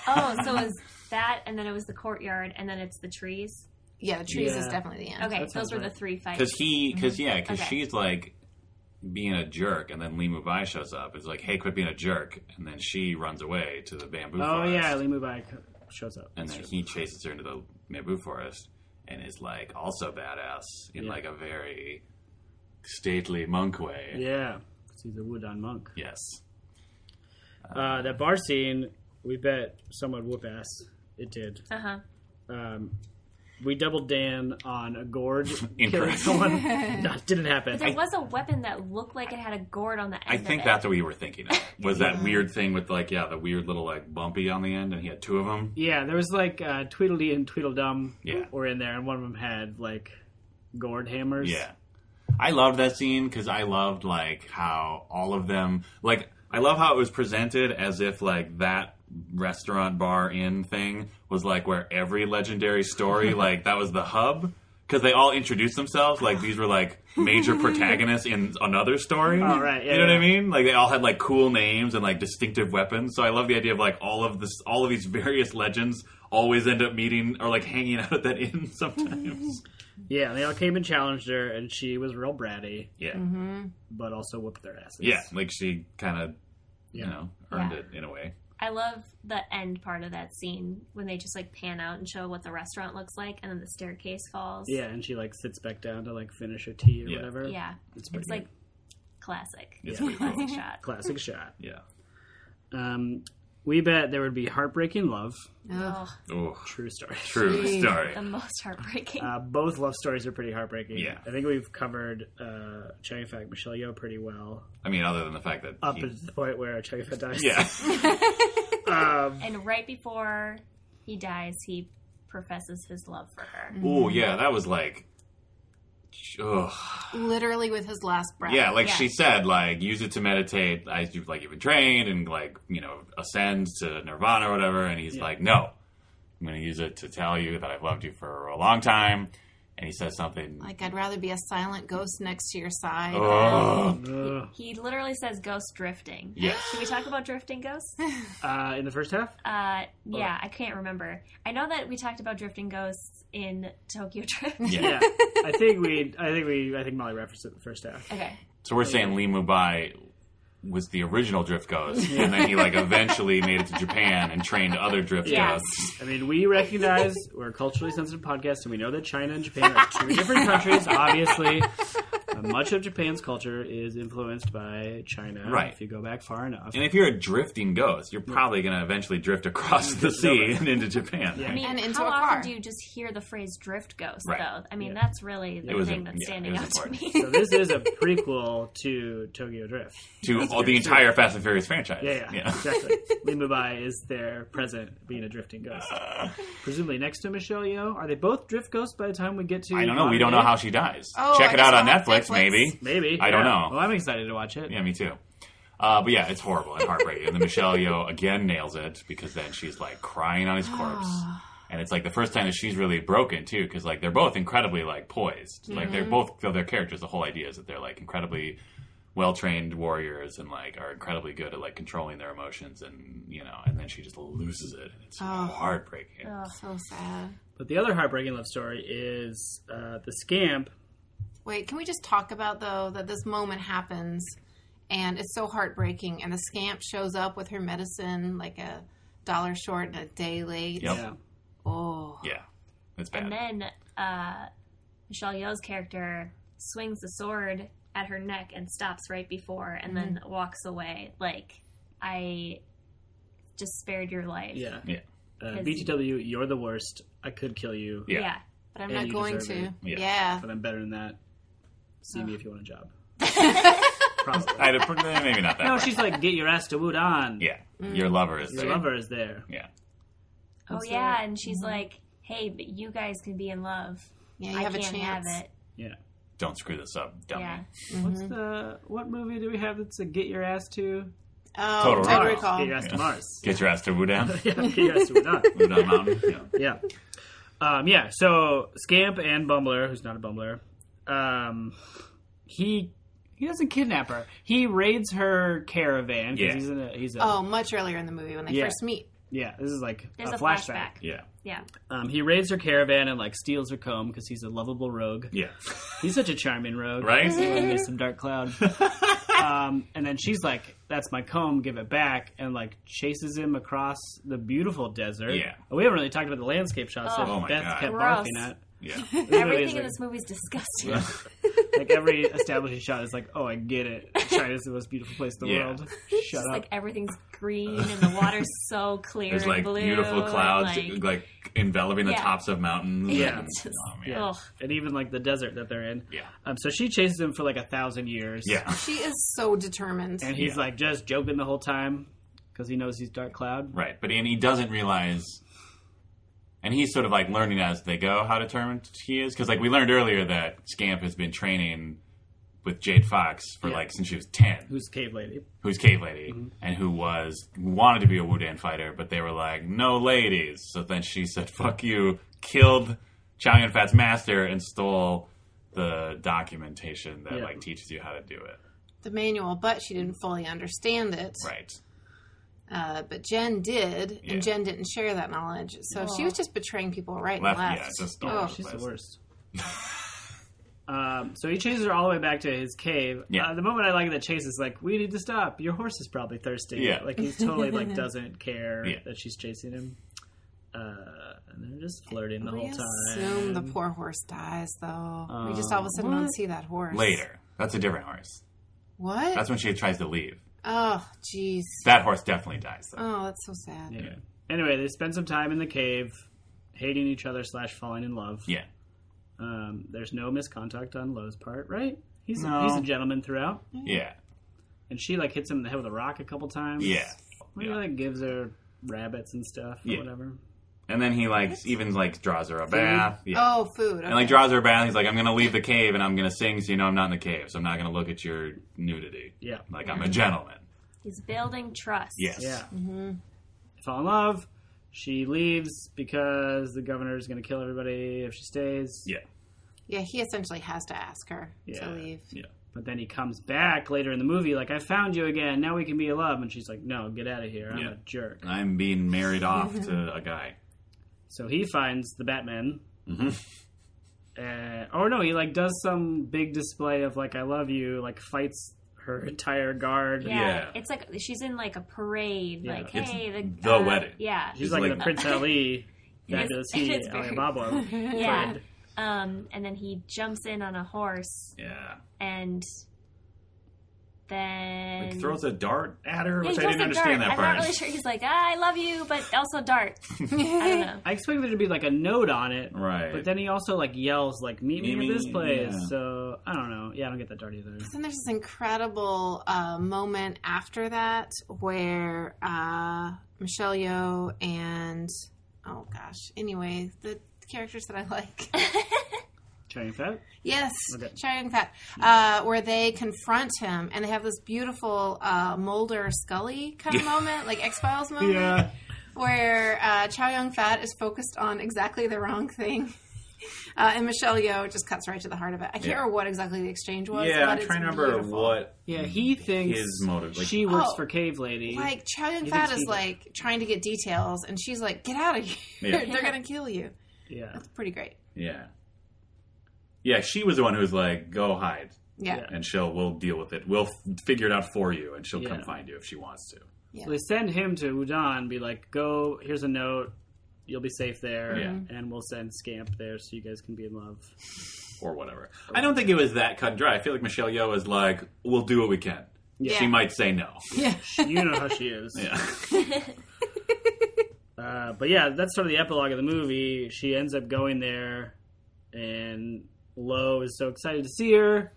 Oh, so (laughs) it was that, and then it was the courtyard, and then it's the trees. Yeah, the trees is Yeah. definitely the end. Okay, That sounds those were the right. three fights. Because he, because yeah, because Okay. she's like being a jerk, and then Lee Mubai shows up. It's like, hey, quit being a jerk, and then she runs away to the bamboo. Oh forest, yeah. Limu Bai shows up. and then he chases her into the bamboo forest, and is like also badass in Yeah. like a very stately monk way. Yeah. 'Cause He's a Wudan monk. Yes. Uh, that bar scene, we bet someone whoop ass. It did. Uh huh. Um, we doubled Dan on (laughs) a gorge killing Incorrect. someone. that didn't happen. There was a weapon that looked like it had a gourd on the end. I of think it. that's what we were thinking of. Was that weird thing with like, yeah, the weird little like bumpy on the end, and he had two of them. yeah, there was like uh, Tweedledee and Tweedledum Yeah. were in there, and one of them had like gourd hammers. Yeah. I loved that scene because I loved like how all of them like I love how it was presented as if like that restaurant bar inn thing was like where every legendary story (laughs) like that was the hub because they all introduced themselves like these were like (laughs) major protagonists in another story. Oh, right, yeah, you know what I yeah. mean? Like they all had like cool names and like distinctive weapons. So I love the idea of like all of this, all of these various legends always end up meeting or like hanging (laughs) out at that inn (laughs) sometimes. Yeah, and they all came and challenged her, and she was real bratty, Yeah. but also whooped their asses. Yeah, like she kind of, Yeah. you know, earned Yeah. it in a way. I love the end part of that scene when they just like pan out and show what the restaurant looks like, and then the staircase falls. Yeah, and she like sits back down to like finish her tea or Yeah. whatever. yeah. It's, It's pretty like classic. It's Yeah. pretty cool. (laughs) Classic shot. Classic shot. Yeah. Um, we bet there would be heartbreaking love. Oh, Oh, True story. true story. the most heartbreaking. Um, Uh, both love stories are pretty heartbreaking. Yeah. I think we've covered uh, Chang Fak Michelle Yeoh pretty well I mean, other than the fact that. up he- to the point where Chang Fak (laughs) dies. yeah. Um, and right before he dies, he professes his love for her. oh, yeah, that was like. Ugh. Literally with his last breath. Yeah, like Yeah. she said, like use it to meditate. I you've like you've been trained and like you know ascend to nirvana or whatever. And he's like, no, I'm going to use it to tell you that I've loved you for a long time. And he says something. Like I'd rather be a silent ghost next to your side. Ugh. uh, He literally says ghost drifting. Yes. Should we talk about (laughs) drifting ghosts? uh, in the (laughs) first half? Uh, yeah, I can't remember. I know that we talked about drifting ghosts in Tokyo Drift. Yeah. I think we. I think we. I think Molly referenced it in the first (laughs) half. Okay. So Oh, we're saying Lee Mubai was the original Drift (laughs) Ghost, and then he like eventually made it to Japan and trained other Drift Yes. Ghosts. I mean, (laughs) we recognize (laughs) we're a culturally sensitive podcast, and we know that China and Japan are two different countries, obviously. But much of Japan's culture is influenced by China. Right. If you go back far enough. And if you're a drifting ghost, you're probably going to eventually drift across the sea and into Japan. I right? mean, And into how a often car. do you just hear the phrase "drift ghost"? Right. Though, I mean, Yeah. that's really the It was thing im- that's yeah, standing it out was to me. so this is a prequel to Tokyo Drift. To all the entire Fast and Furious franchise. Yeah, yeah, exactly. Limubai is there present being a drifting ghost. Presumably next to Michelle Yeoh. Are they both drift ghosts by the time we get to I don't know. We don't know Modern how Day? she dies. Oh, Check I it out guess on I'll Netflix, Netflix. maybe. Maybe. I don't yeah. know. Well, I'm excited to watch it. Yeah, me too. Uh, but yeah, it's horrible and heartbreaking. and then Michelle Yeoh again nails it because then she's like crying on his corpse, and it's like the first time that she's really broken too, because like they're both incredibly like poised. Like they're both of their characters. The whole idea is that they're like incredibly well trained warriors and like are incredibly good at like controlling their emotions and you know. And then she just loses it, and it's heartbreaking. So sad. But the other heartbreaking love story is uh, the scamp. Wait, can we just talk about though that this moment happens and it's so heartbreaking and the scamp shows up with her medicine like a dollar short and a day late. Yep. Yeah. Oh. Yeah, it's bad. And then uh, Michelle Yeoh's character swings the sword at her neck and stops right before, and then Mm-hmm. walks away. Like I just spared your life. Yeah. yeah, Uh, Is- BTW, you're the worst. I could kill you, yeah, Yeah. But I'm Yeah, not you going deserve to. it. Yeah. Yeah. but I'm better than that. See me if you want a job. Probably. I, maybe not that. no, far. she's like, get your ass to Wudan. yeah, your lover is Your there. lover is there. Yeah. Oh yeah, and she's like, "Hey, but you guys can be in love. Yeah, Mm-hmm. you I have a can't chance. have it." Yeah. Don't screw this up, dummy. Yeah. What's the what movie do we have that's a get your ass to? Oh, Total total, recall. recall. Get your ass to Mars. (laughs) Get your ass to Wudan. (laughs) yeah, (laughs) get your ass to Wudan. Wudan Mountain. Yeah. (laughs) yeah. Um, yeah, so Scamp and Bumbler, who's not a Bumbler, um, he he doesn't kidnap her. He raids her caravan Yeah. because he's in a, he's a Oh, much earlier in the movie when they Yeah. first meet. yeah. This is like There's a, a flashback. flashback. Yeah. Yeah. Um, he raids her caravan and like steals her comb because he's a lovable rogue. Yeah. He's such a charming rogue, Right? And there's some (laughs) dark cloud. um, and then she's like, "That's my comb, give it back," and like chases him across the beautiful desert. Yeah. we haven't really talked about the landscape shots that Oh my Beth God. kept Gross. barfing at. Yeah. (laughs) Everything in like- this movie is (laughs) disgusting. (laughs) Like every establishing shot is like, "Oh, I get it. China's the most beautiful place in the Yeah. (laughs) world." Shut Just up. like everything's (laughs) green and the water's so clear There's and like blue. beautiful and, clouds like- like, enveloping the Yeah. tops of (laughs) mountains. Yeah. And, Just- oh, man. yeah. Ugh. And even like the desert that they're in. Yeah. Um, so she chases him for like a thousand years. Yeah. (laughs) She is so determined. And he's Yeah. like just joking the whole time because he knows he's Dark Cloud. Right. But and he doesn't realize and he's sort of like learning as they go how determined he is because like we learned earlier that Scamp has been training with Jade Fox for Yeah. like since she was 10. Who's Cave Lady? who's Cave Lady Mm-hmm. and who was wanted to be a Wudan fighter, but they were like, no ladies. So then she said, (laughs) fuck you, killed Chow Yun Fat's master and stole the documentation that Yeah. like teaches you how to do it. the manual, but she didn't fully understand it. Right. Uh, but Jen did, Yeah. and Jen didn't share that knowledge. So she was just betraying people right Left, and yeah, left. it's just all Oh, over She's place. the worst. um, so he chases her all the way back to his cave. Yeah. Uh, the moment I like that Chase is like, "We need to stop. Your horse is probably thirsty." Yeah. Like he's totally (laughs) like doesn't care Yeah. that she's chasing him. Uh, and they're just flirting the whole We time. assume the poor horse dies, though. we just all of a sudden don't see that horse. Later. That's a different horse. What? That's when she tries to leave. oh, jeez. That horse definitely dies though. Oh, that's so sad. Yeah. Anyway, they spend some time in the cave, hating each other slash falling in love. Yeah. Um, there's no misconduct on Lowe's part, right? He's No. a, he's a gentleman throughout, Mm. Yeah. and she like hits him in the head with a rock a couple times. Yeah. Maybe Yeah. like gives her rabbits and stuff or Yeah. whatever. And then he like even like draws her a bath. Yeah. Oh, food. And like draws her a bath. He's like, I'm gonna leave the cave and I'm gonna sing, so you know I'm not in the cave, so I'm not gonna look at your nudity. Yeah. Like I'm a gentleman. He's building trust. Yes. Yeah. Mm-hmm. They fall in love. She leaves because the governor's going to kill everybody if she stays. Yeah. yeah, he essentially has to ask her Yeah. to leave. But then he comes back later in the movie, like, I found you again. Now we can be in love. And she's like, no, get out of here. I'm Yeah. a jerk. I'm being married off to a guy. So he finds the Batman. Mm-hmm. Uh, or no, he like does some big display of like I love you, like fights her entire guard. Yeah. Yeah. It's like she's in like a parade. Yeah. Like, It's hey, the, uh, the wedding. Yeah. She's It's like, like- the Prince Ali, (laughs) Yes, fabulous he, it's very- (laughs) Alibaba. (laughs) Yeah. parade. Um, and then he jumps in on a horse Yeah. and then Like throws a dart at her, Yeah, which I he throws didn't a understand dart. that I'm part. not really sure. He's like, ah, I love you, but also dart. I (laughs) don't know. I expected there to be like a note on it, Right. But then he also like yells like, "Meet me Meet at this me," place." yeah. So I don't know. Yeah, I don't get that dart either. Then there's this incredible uh, moment after that where uh, Michelle Yeoh and oh gosh, anyway, the characters that I like. Cherry and Fat. Yes, Okay. Chow Yun Fat, uh, where they confront him and they have this beautiful uh, Mulder Scully kind of moment, like X Files moment, yeah. where uh, Chow Yun Fat is focused on exactly the wrong thing. (laughs) Uh, and Michelle Yeoh just cuts right to the heart of it. I can't Yeah. remember what exactly the exchange was. Yeah, but I'm it's trying to remember beautiful. what. Yeah, he thinks His motive, like- she works Oh. for Cave Lady. Like Chow Yun You Fat think is she- like trying to get details, and she's like, "Get out of here! (laughs) Yeah. They're gonna kill you." yeah, Pretty great. Yeah. Yeah, she was the one who was like, go hide, Yeah. Yeah. and she'll, we'll deal with it. We'll f- figure it out for you, and she'll come Yeah. find you if she wants to. so they send him to Udon, be like, "Go. Here's a note. You'll be safe there, Yeah. and we'll send Scamp there so you guys can be in love." or whatever. I don't think it was that cut and dry. I feel like Michelle Yeoh is like, we'll do what we can. She might say no. You know how she is. (laughs) Yeah. (laughs) Uh, but yeah, that's sort of the epilogue of the movie. She ends up going there, and Lo is so excited to see her,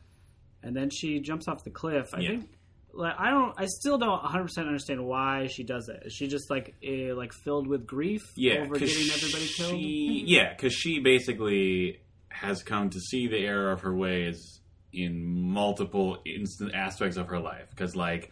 and then she jumps off the cliff. I Yeah. think. Like I don't, I still don't 100 percent understand why she does it. Is she just like eh, like filled with grief Yeah. over 'cause getting everybody killed? She, yeah, because she basically has come to see the error of her ways in multiple instant aspects of her life. Because, like,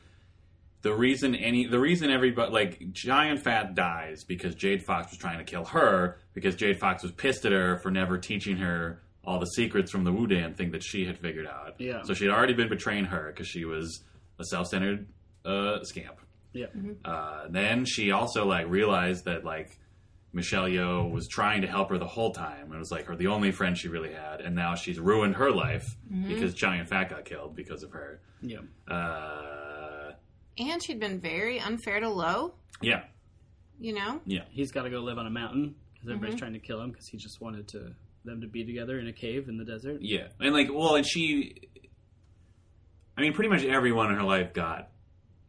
the reason any the reason everybody like giant fat dies because jade fox was trying to kill her because jade fox was pissed at her for never teaching her all the secrets from the wudan thing that she had figured out Yeah. so she had already been betraying her because she was a self-centered uh, scamp Yeah, uh, then she also like realized that like Michelle Yeoh was trying to help her the whole time and was like her the only friend she really had, and now she's ruined her life because Giant Fat got killed because of her. yeah. Uh, And she'd been very unfair to Lo. yeah, You know, He's got to go live on a mountain because Mm-hmm. everybody's trying to kill him because he just wanted to them to be together in a cave in the desert. yeah, and like well, and she, I mean, pretty much everyone in her life got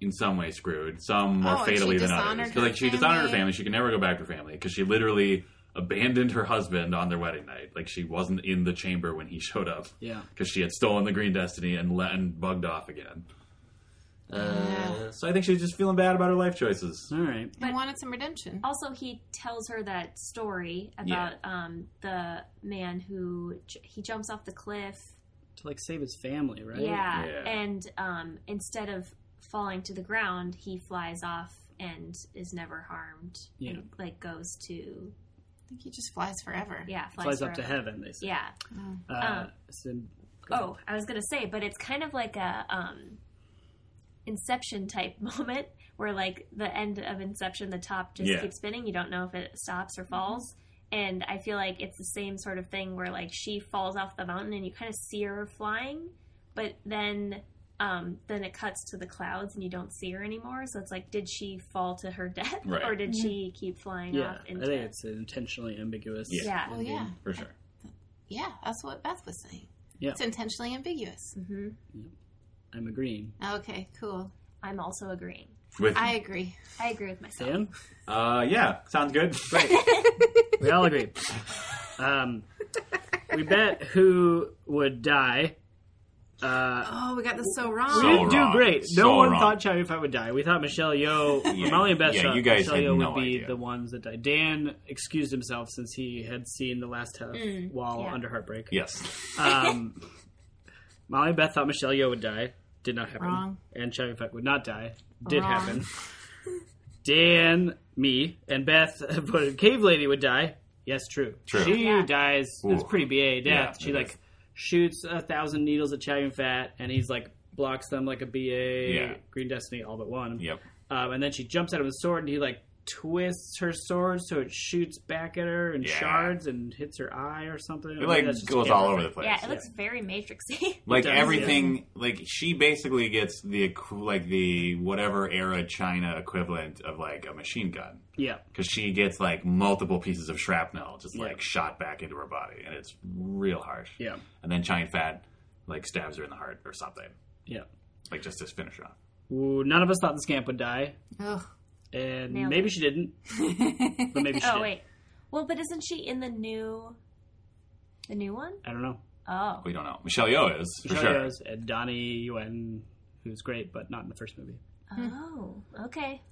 in some way screwed, some more Oh, and she fatally than others. dishonored 'Cause, like she her dishonored her family. family, she could never go back to her family because she literally abandoned her husband on their wedding night. Like she wasn't in the chamber when he (laughs) showed up. Yeah. because she had stolen the Green Destiny and let and bugged off again. Uh, so I think she's just feeling bad about her life choices. All right. I wanted some redemption. Also, he tells her that story about um, the man who j- he jumps off the cliff. To like save his family, right? Yeah. Yeah. And um, instead of falling to the ground, he flies off and is never harmed. Yeah. And, like goes to I think he just flies forever. yeah flies, Flies up to forever. heaven. They say. Yeah. Oh, Uh, so- Oh, I was gonna say, but it's kind of like a um, Inception type (laughs) moment where like the end of Inception, the top just Yeah. keeps spinning. You don't know if it stops or Mm-hmm. falls. And I feel like it's the same sort of thing where like she falls off the mountain and you kind of see her flying, but then um, then it cuts to the clouds and you don't see her anymore. So it's like, did she fall to her (laughs) death Right. or did she keep flying Yeah, off? I think Into... it's intentionally ambiguous. Yeah. yeah. Well, yeah, For sure. yeah. That's what Beth was saying. Yeah. It's intentionally ambiguous. hmm I'm agreeing. Okay, cool. I'm also agreeing. With I agree. I agree with myself. (laughs) Dan, uh, yeah, sounds good. we all agree. Um, we bet who would die. Uh, Oh, we got this so we wrong. So- didn't do wrong. great. No So one wrong. thought Chow Yun Fat would die. We thought Michelle Yeoh, Molly and (laughs) Beth yeah, thought you guys Michelle had Yeoh no would be idea. the ones that died. Dan excused himself since he had seen the last half while Mm, yeah. under heartbreak. (laughs) yes. (laughs) Um, Molly and Beth thought Michelle Yeoh would die. Did not happen. Wrong. And Chow Yun Fat would not die. Did Wrong. happen. (laughs) Dan, me, and Beth (laughs) voted Cave Lady would die. Yes, true. True. She Yeah. dies. It's Ooh. pretty BA death. Yeah, she it like is. shoots a thousand needles at Chow Yun Fat, and he's like blocks them like a BA Yeah. Green Destiny all but one. Yep. Um, and then she jumps out of his sword, and he like twists her sword so it shoots back at her in Yeah. shards and hits her eye or something. It like goes all over the place. Yeah, it looks very Matrixy. (laughs) like does, everything like she basically gets the equ- like the whatever era China equivalent of like a machine gun Yeah, because she gets like multiple pieces of shrapnel just Yeah. like shot back into her body and it's real harsh. yeah, And then Chang Fat like stabs her in the heart or something yeah. like just to finish her off. Ooh, none of us thought the scamp would die, Ugh. and Nailed maybe it. (laughs) she didn't. But maybe she oh did. wait, well, but isn't she in the new, the new one? I don't know. Oh, We don't know. Michelle Yeoh is for Michelle sure. Yeoh's and Donnie Yuen, who's great, but not in the first movie. oh, okay,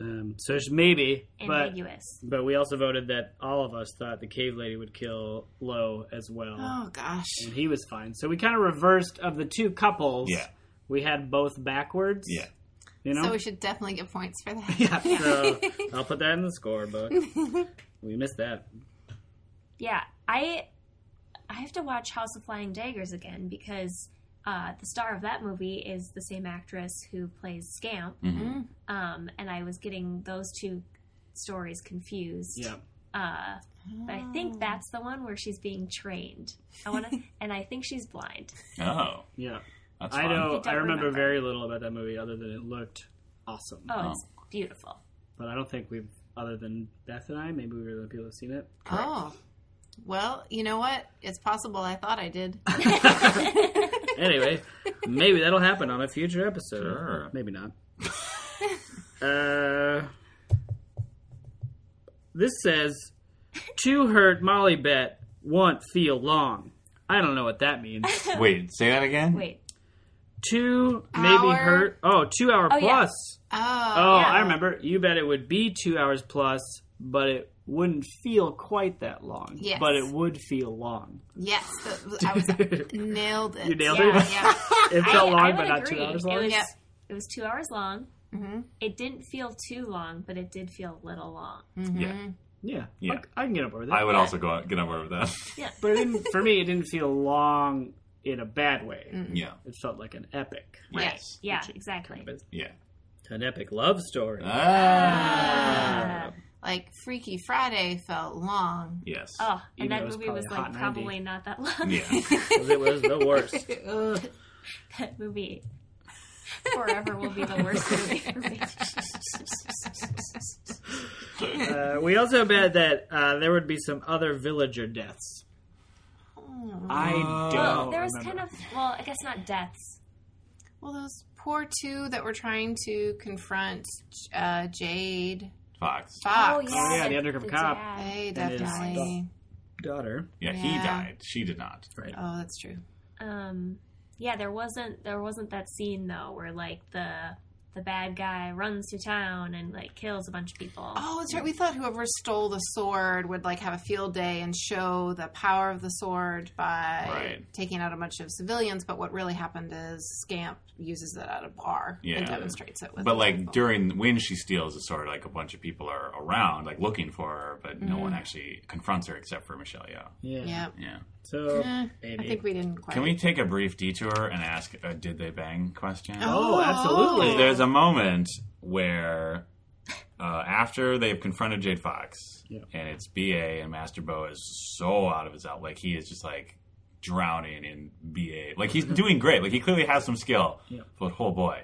Um, so it's maybe, but ambiguous. but we also voted that all of us thought the cave lady would kill Lo as well. Oh gosh. and he was fine. So we kind of reversed of the two couples. Yeah. We had both backwards. Yeah. You know? (laughs) So we should definitely get points for that. yeah. (laughs) (laughs) So I'll put that in the scorebook. we missed that. Yeah, I I have to watch House of Flying Daggers again because uh, the star of that movie is the same actress who plays Scamp, Mm-hmm. Mhm. um, and I was getting those two stories confused. Yeah. Uh, but I think that's the one where she's being trained. I want to, and I think she's blind. Oh, Yeah. that's I fun. (laughs) know. don't I remember, remember. very little about that movie other than it looked awesome. Oh, it's beautiful. But I don't think we've, other than Beth and I, maybe we were the only people who've seen it. (laughs) Oh. Well, you know what? It's possible I thought I (laughs) did. Oh, Anyway, maybe that'll happen on a future episode. Sure. Maybe not. uh, this says, "To hurt Molly bet won't feel long." I don't know what that means. Wait, say that again. Wait, Two maybe Hour? hurt. Oh, two hour Oh, yeah. plus. Oh. Oh, Yeah. I remember. You bet it would be two hours plus, but it wouldn't feel quite that long. Yes. But it would feel long. Yes. that was- I was nailed it. You nailed Yeah. it. Yeah. (laughs) It I- felt I long, would but not two agree. hours long. It was, Yep. it was two hours long. hmm It didn't feel too long, but it did feel a little long. Yeah, mm-hmm. yeah. Yeah. I, I can get up over that. I would also go out, get over with that. (laughs) Mm-hmm. but it didn't, for me, it didn't feel long in a bad way. Mm. yeah. It felt like an epic, Yes. Yeah, exactly. Yeah. an epic love story. Ah. Uh, Like Freaky Friday felt long. Yes. oh, and Even though that it was movie was probably a like hot 90. probably not that long. Yeah. 'Cause it was the worst. Ugh. (laughs) that movie (laughs) forever will be the (laughs) worst movie for me. (laughs) Uh, we also bet that uh, there would be some other villager deaths. I don't. Well, Oh. there was Oh, remember. kind of well, I guess not deaths. Well, those poor two that were trying to confront uh, Jade Fox. Fox. Oh, yeah, the undercover cop. dad. They That is definitely. daughter. Yeah, he Yeah. died. She did not. Right. Uh, Oh, that's true. Um, yeah, there wasn't there wasn't that scene though where like the the bad guy runs to town and like kills a bunch of people. Oh, that's right. We thought whoever stole the sword would like have a field day and show the power of the sword by Right. taking out a bunch of civilians. But what really happened is Scamp uses it at a bar Yeah. and demonstrates it. With But people. like during when she steals the sword, like a bunch of people are around, like looking for her, but no one actually confronts her except for Michelle Yeoh. Yeah. yeah, Yeah. So Eh, I maybe. think we didn't quite. Can we take a brief detour and ask a did they bang question? oh, absolutely. There's a moment where uh, after they've confronted Jade Fox, Yeah. and it's BA, and Master Bo is so out of his out. Like, he is just like drowning in BA. Like, he's doing great. Like, he clearly has some skill, Yeah. but oh boy.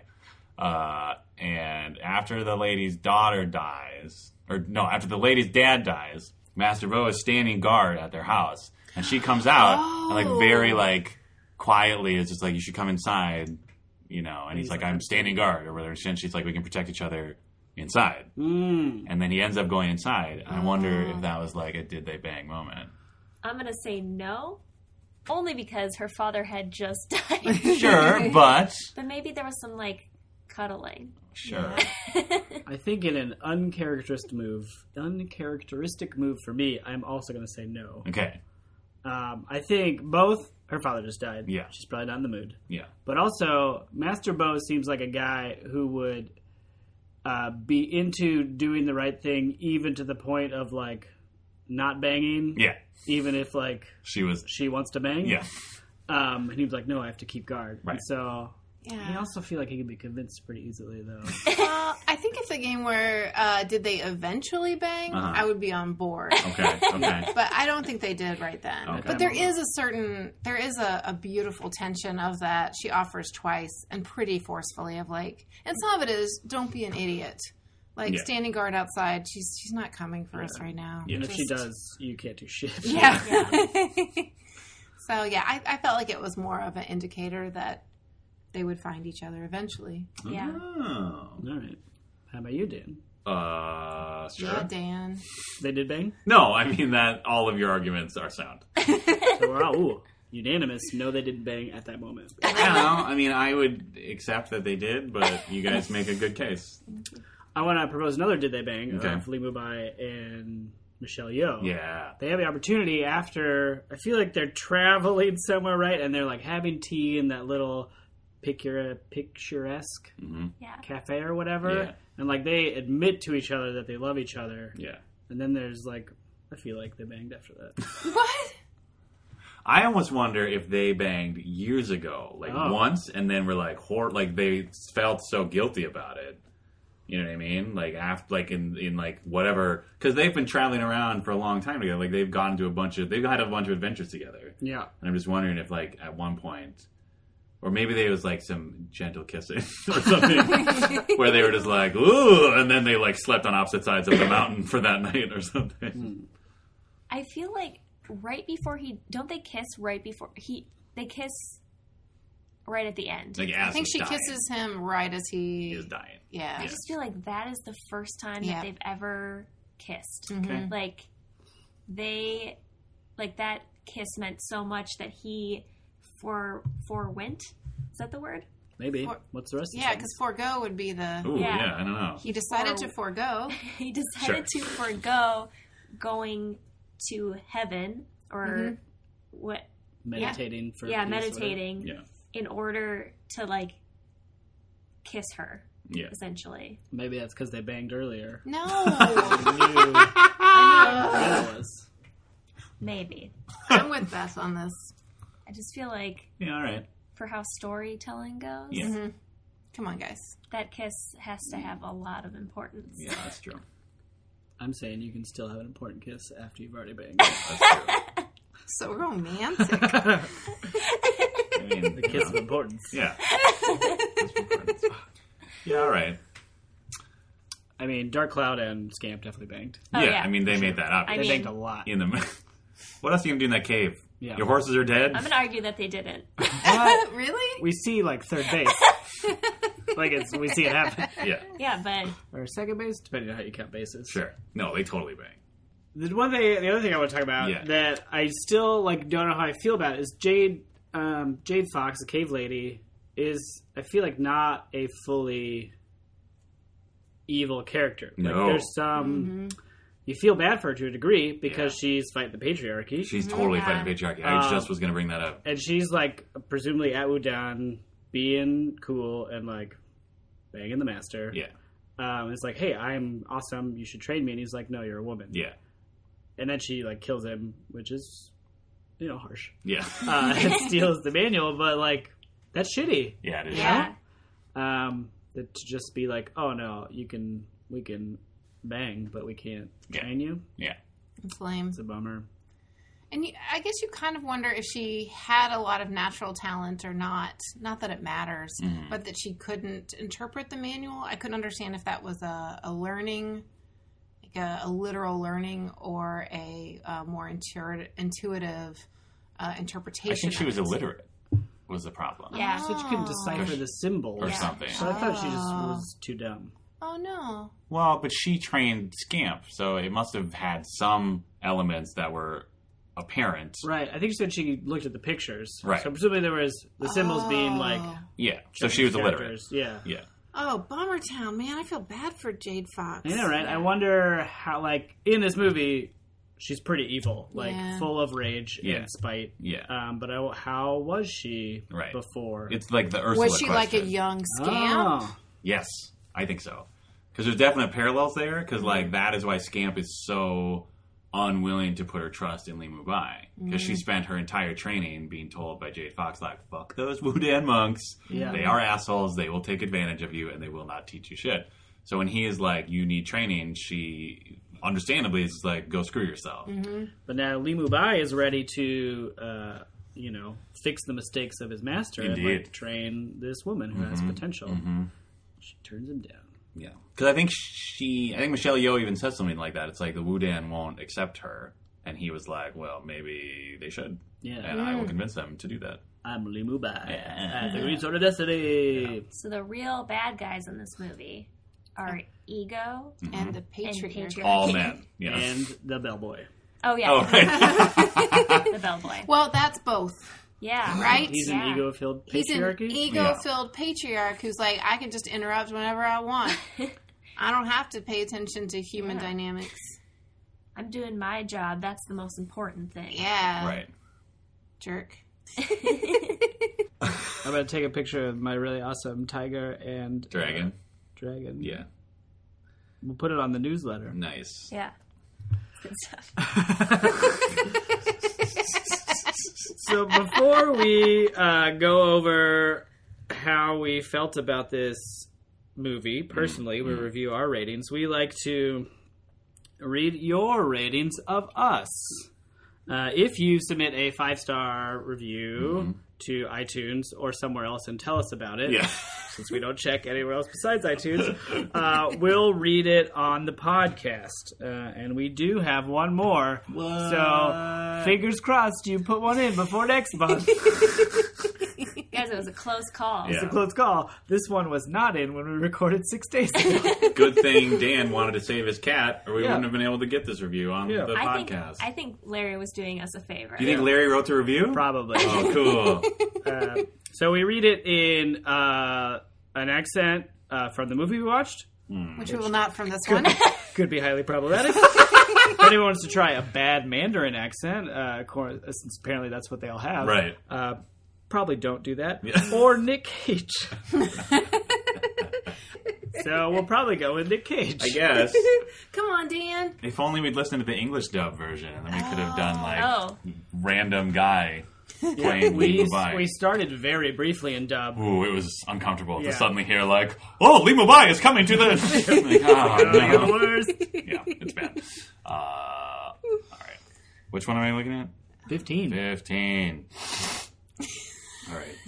Uh, and after the lady's daughter dies, or no, after the lady's dad dies, Master Bo is standing guard at their house, and she comes out and like very like quietly is just like you should come inside, you know. And he's, like, I'm standing guard or whatever. And she's like, we can protect each other inside. Mm. And then he ends up going inside. And I wonder if that was like a did they bang moment. (laughs) I'm gonna say no, only because her father had just (laughs) died. (laughs) Sure, but but maybe there was some like cuddling. sure. I think in an uncharacteristic move, uncharacteristic move for me, I'm also going to say no. Okay. Um, I think both her father just died. Yeah. she's probably not in the mood. Yeah. But also, Master Bo seems like a guy who would uh, be into doing the right thing, even to the point of like not banging, Yeah. even if like She was. she wants to bang. Yeah. Um, and he was like, "No, I have to keep guard." Right. And so I Yeah. also feel like he could be convinced pretty (laughs) easily, though. Well, (laughs) I think if the game were uh, did they eventually bang, Uh-huh. I would be on board. Okay. Okay. but I don't think they did right then. Okay. But there is a certain, there is a, a beautiful tension of that she offers twice and pretty forcefully of like, and some of it is don't be an idiot, like Yeah. standing guard outside. She's she's not coming for us right now. Yeah. and if she Just- does, you can't do shit. yeah. (laughs) so yeah, I, I felt like it was more of an indicator that they would find each other eventually. Yeah. Oh. All right. How about you, Dan? Uh, sure. Yeah, Dan. They (laughs) did bang. No, I mean that all of your arguments are sound. So we're all Oh, ooh, unanimous. No, they didn't bang at that moment. I don't know. I mean, I would accept that they did, but you guys make a good case. I want to propose another did they bang Okay. of Lee Mubai and Michelle Yeoh. Yeah. They have the opportunity after. I feel like they're traveling somewhere, right? And they're like having tea in that little picura, picturesque Yeah. cafe or whatever. Mm. Yeah. And like they admit to each other that they love each other. Yeah. And then there's like, I feel like they banged after that. (laughs) What? I almost wonder if they banged years ago, like Oh. once, and then were like hor- like they felt so guilty about it. You know what I mean? Like after, like in in like whatever, because they've been traveling around for a long time together. Like they've gone to a bunch of they've had a bunch of adventures together. yeah. And I'm just wondering if, like, at one point, or maybe there was like some gentle kissing (laughs) or something, where they were just like, "ooh," and then they like slept on opposite sides of the mountain for that (laughs) night or something. I feel like right before he don't they kiss right before he they kiss right at the end. Like, I think she dying. kisses him right as he. He is dying. Yeah. I just feel like that is the first time Yeah. that they've ever kissed. Okay. Like they like that kiss meant so much that he for forewent. Is that the word? Maybe. Or- What's the rest? Yeah, of the because forego would be the. Ooh, yeah. Yeah. I don't know. He decided to forego. (laughs) he decided to forego going to heaven or what meditating for yeah, peace, whatever. meditating Yeah, in order to like kiss her yeah. essentially. Maybe that's because they (laughs) banged earlier. (laughs) No. I knew- I knew it was. Maybe. I'm with Beth on this. I just feel like Yeah, all right. for how storytelling goes, Yeah, Come on, guys. that kiss has to have a lot of importance. yeah, that's true. I'm saying you can still have an important kiss after you've (laughs) already banged. That's true. (laughs) So romantic. I mean, (laughs) The kiss of importance. (laughs) yeah. That's important. yeah, all right. I mean, Dark Cloud and Scamp definitely banged. Oh, yeah, yeah. I mean, they made that up. I They mean, banged a lot. in the (laughs) what else are you gonna do in that cave? Yeah. Your horses are dead. I'm going to argue that (laughs) they didn't. But (laughs) really? we see like third base. (laughs) like it's we see it happen. yeah, Yeah, but Or second base, depending on how you count bases. sure. No, they totally bang. The one thing, the other thing I want to talk about Yeah. that I still like don't know how I feel about is Jade, um, Jade Fox, the cave lady, is I feel like not a fully evil character. No. Like there's some you feel bad for her to a degree because she's fighting the patriarchy. She's Mm-hmm. totally fighting patriarchy. I Um, just was gonna bring that up. and she's like presumably at Wudan being cool and like banging the master. Yeah, Um, it's like, hey, I'm awesome. You should train me. And he's like, no, you're a woman. yeah, And then she like kills him, which is, you know, harsh. (laughs) yeah, Uh, and steals the manual, but like, that's shitty. yeah. It is. yeah. Um, that to just be like, oh no, you can, we can bang, but we can't Yeah. train you. Yeah, It's lame. It's a bummer. And you, I guess you kind of wonder if she had a lot of natural talent or not. Not that it matters, Mm-hmm. but that she couldn't interpret the manual. I couldn't understand if that was a, a learning, like a, a literal learning, or a, uh more intuitive, intuitive uh, interpretation. I think she of was it. illiterate. Was the problem? Yeah. So she couldn't decipher the symbols Or something. So I thought she just was too dumb. Oh no! Well, but she trained Scamp, so it must have had some elements that were apparent. Right. I think she said she looked at the pictures. Right. So presumably there was the symbols being like. Yeah. So she was illiterate. characters. Yeah. Yeah. Oh, Bomber Town, man! I feel bad for Jade Fox. I know, right? I wonder how, like, in this movie, she's pretty evil, like, Yeah. full of rage Yeah. and spite. Yeah. Um, but I, how was she Right. before? It's like the Ursula Was she like a question. young scamp? Oh. Yes, I think so. Because there's definite parallels there. Because like that is why Scamp is so unwilling to put her trust in Lee Mubai because she spent her entire training being told by Jade Fox like fuck those (laughs) Wudan monks Yeah. they are assholes they will take advantage of you and they will not teach you shit so when he is like you need training she understandably is like go screw yourself But now Limu Bai is ready to, uh, you know, fix the mistakes of his master and Indeed. Mm-hmm. like, train this woman who has potential. She turns him down. yeah because I think she I think Michelle Yeoh even said something like that it's like the Wudan won't accept her and he was like well maybe they should Yeah, and I Mm. will convince them to do that I'm Limu Bai. Yeah. I'm the Green Sword of Destiny. So the real bad guys in this movie are ego and the and patriarch. patriarchy. Mm-hmm. all men yeah (laughs) And the bellboy. (laughs) Oh yeah, oh right (laughs) the bellboy. Well, that's both, Yeah, right? He's an Yeah. ego-filled He's an e- patriarchy. ego-filled patriarch who's like, I can just interrupt whenever I (laughs) want. I don't have to pay attention to human Yeah. dynamics. I'm doing my job. That's the most important thing. Yeah, right jerk. I'm gonna take a picture of my really awesome tiger and dragon dragon. yeah we'll put it on the newsletter. nice Yeah. Good stuff. so before we uh, go over how we felt about this movie personally we review our ratings we like to read your ratings of us uh, if you submit a five star review to itunes or somewhere else and tell us about it Yeah. (laughs) since we don't check anywhere else besides itunes uh, we'll read it on the podcast uh, and we do have one more so fingers crossed you put one in before next month Guys, it was a close call. Yeah. close call. This one was not in when we recorded six days ago. Good thing Dan wanted to save his cat, or we Yeah. wouldn't have been able to get this review on Yeah. the I think podcast. I think Larry was doing us a favor. Do you think Larry wrote the review? Probably. Oh, (laughs) cool. Uh, so we read it in uh, an accent uh, from the movie we watched. Mm. Which we will not from this (laughs) one. Could be highly problematic. if anyone wants to try a bad Mandarin accent, uh, of course, since apparently that's what they all have, Right. Uh, probably don't do that. Yeah. (laughs) Or Nick Cage. so we'll probably go with Nick Cage. I guess Come on, Dan. if only we'd listened to the English dub version, and then we could have done like Oh, random guy playing Lee We, Mubai. we started very briefly uh, in dub. Ooh, it was uncomfortable Yeah. to suddenly hear like, "Oh, Lee Mubai is coming to the." (laughs) like, (laughs) oh, You're the no. worst. Yeah, it's bad. Uh, all right, which one am I looking at? 15. 15. All right.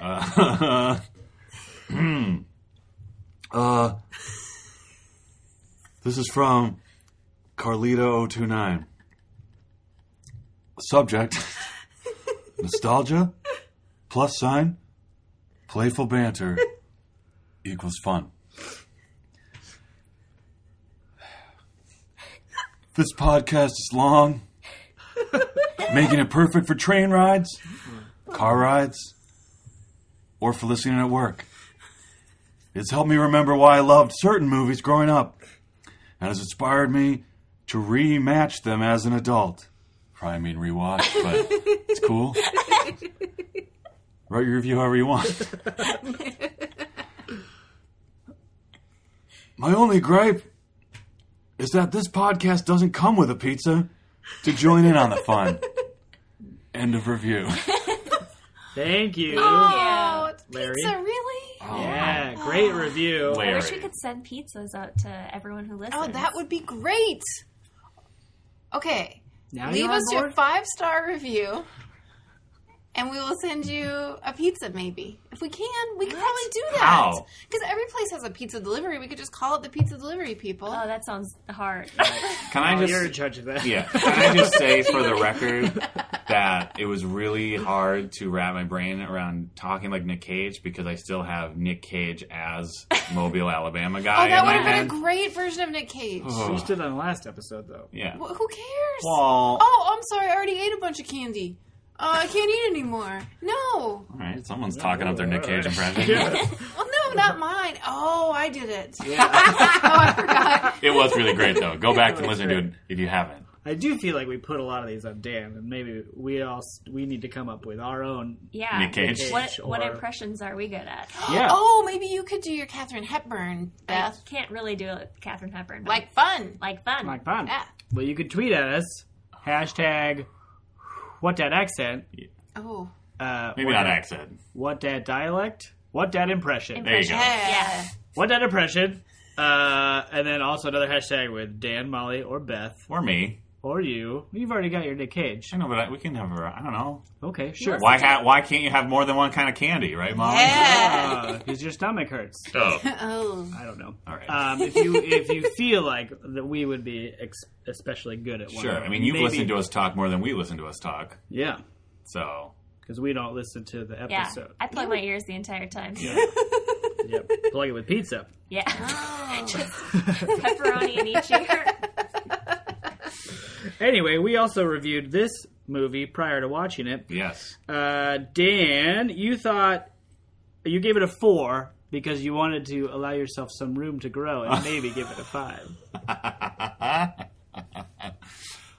Uh, (clears throat) uh, this is from Carlito029. Subject Nostalgia plus sign playful banter equals fun. This podcast is long making it perfect for train rides, car rides, or for listening at work. It's helped me remember why I loved certain movies growing up and has inspired me to rematch them as an adult. Probably mean rewatch, but it's cool. Write your review however you want. My only gripe is that this podcast doesn't come with a pizza to join in on the fun. End of (laughs) review. Thank you. Oh, it's Larry. pizza, really? Oh, Yeah, great review. I wish we could send pizzas out to everyone who listens. Oh, that would be great. Okay, Now leave you're on us your board? five star review, and we will send you a pizza. Maybe if we can, we can probably do that. How? Because every place has a pizza delivery. We could just call it the pizza delivery people. Oh, that sounds (laughs) hard. Can I Oh, just you're in charge of that. yeah? Can I just say for (laughs) the record that it was really hard to wrap my brain around talking like Nick Cage because I still have Nick Cage as Mobile, Alabama oh, guy that in my would have head. been a great version of Nick Cage. Oh. (laughs) We did on the last episode, though. yeah. Wh- Who cares? Well, all Oh, I'm sorry. I already ate a bunch of candy. Uh, I can't eat anymore. No, right. Someone's talking up their Nick Cage impression. well, no, not mine. Oh, I did it. oh, I forgot. It was really great though. Go back and listen to it if you haven't. I do feel like we put a lot of these on Dan, and maybe we all s- we need to come up with our own. Yeah. Nick Cage. What what Or- impressions are we good (gasps) at? Yeah. Oh, maybe you could do your Catherine Hepburn, I Beth. can't really do it, Catherine Hepburn. but Like fun. like fun. Like fun. Yeah. Well, you could tweet at us hashtag what that accent, Oh. uh, Maybe what, not that, accent. what that dialect, what that impression, There you go. Yeah. Yeah. what that impression, uh, and then also another hashtag with Dan, Molly, or Beth Or me. or you. You've already got your Nick Cage. I know, but I, we can have her. I don't know. Okay, sure. Why ha- Why can't you have more than one kind of candy, right, Molly? Yeah. Uh, Because your stomach hurts. Oh, Oh. I don't know. all right. Um, if you if you feel like that, we would be ex- especially good at one sure. of I them. mean, you've Maybe- listened to us talk more than we listen to us talk. yeah, So because we don't listen to the Yeah. episode. I plug my ears the entire time. Yeah. Yep, plug it with pizza. (laughs) (laughs) (laughs) Just pepperoni in each ear. Anyway, we also reviewed this movie prior to watching it. yes, Uh, Dan, you thought you gave it a four because you wanted to allow yourself some room to grow (laughs) and maybe give it a five.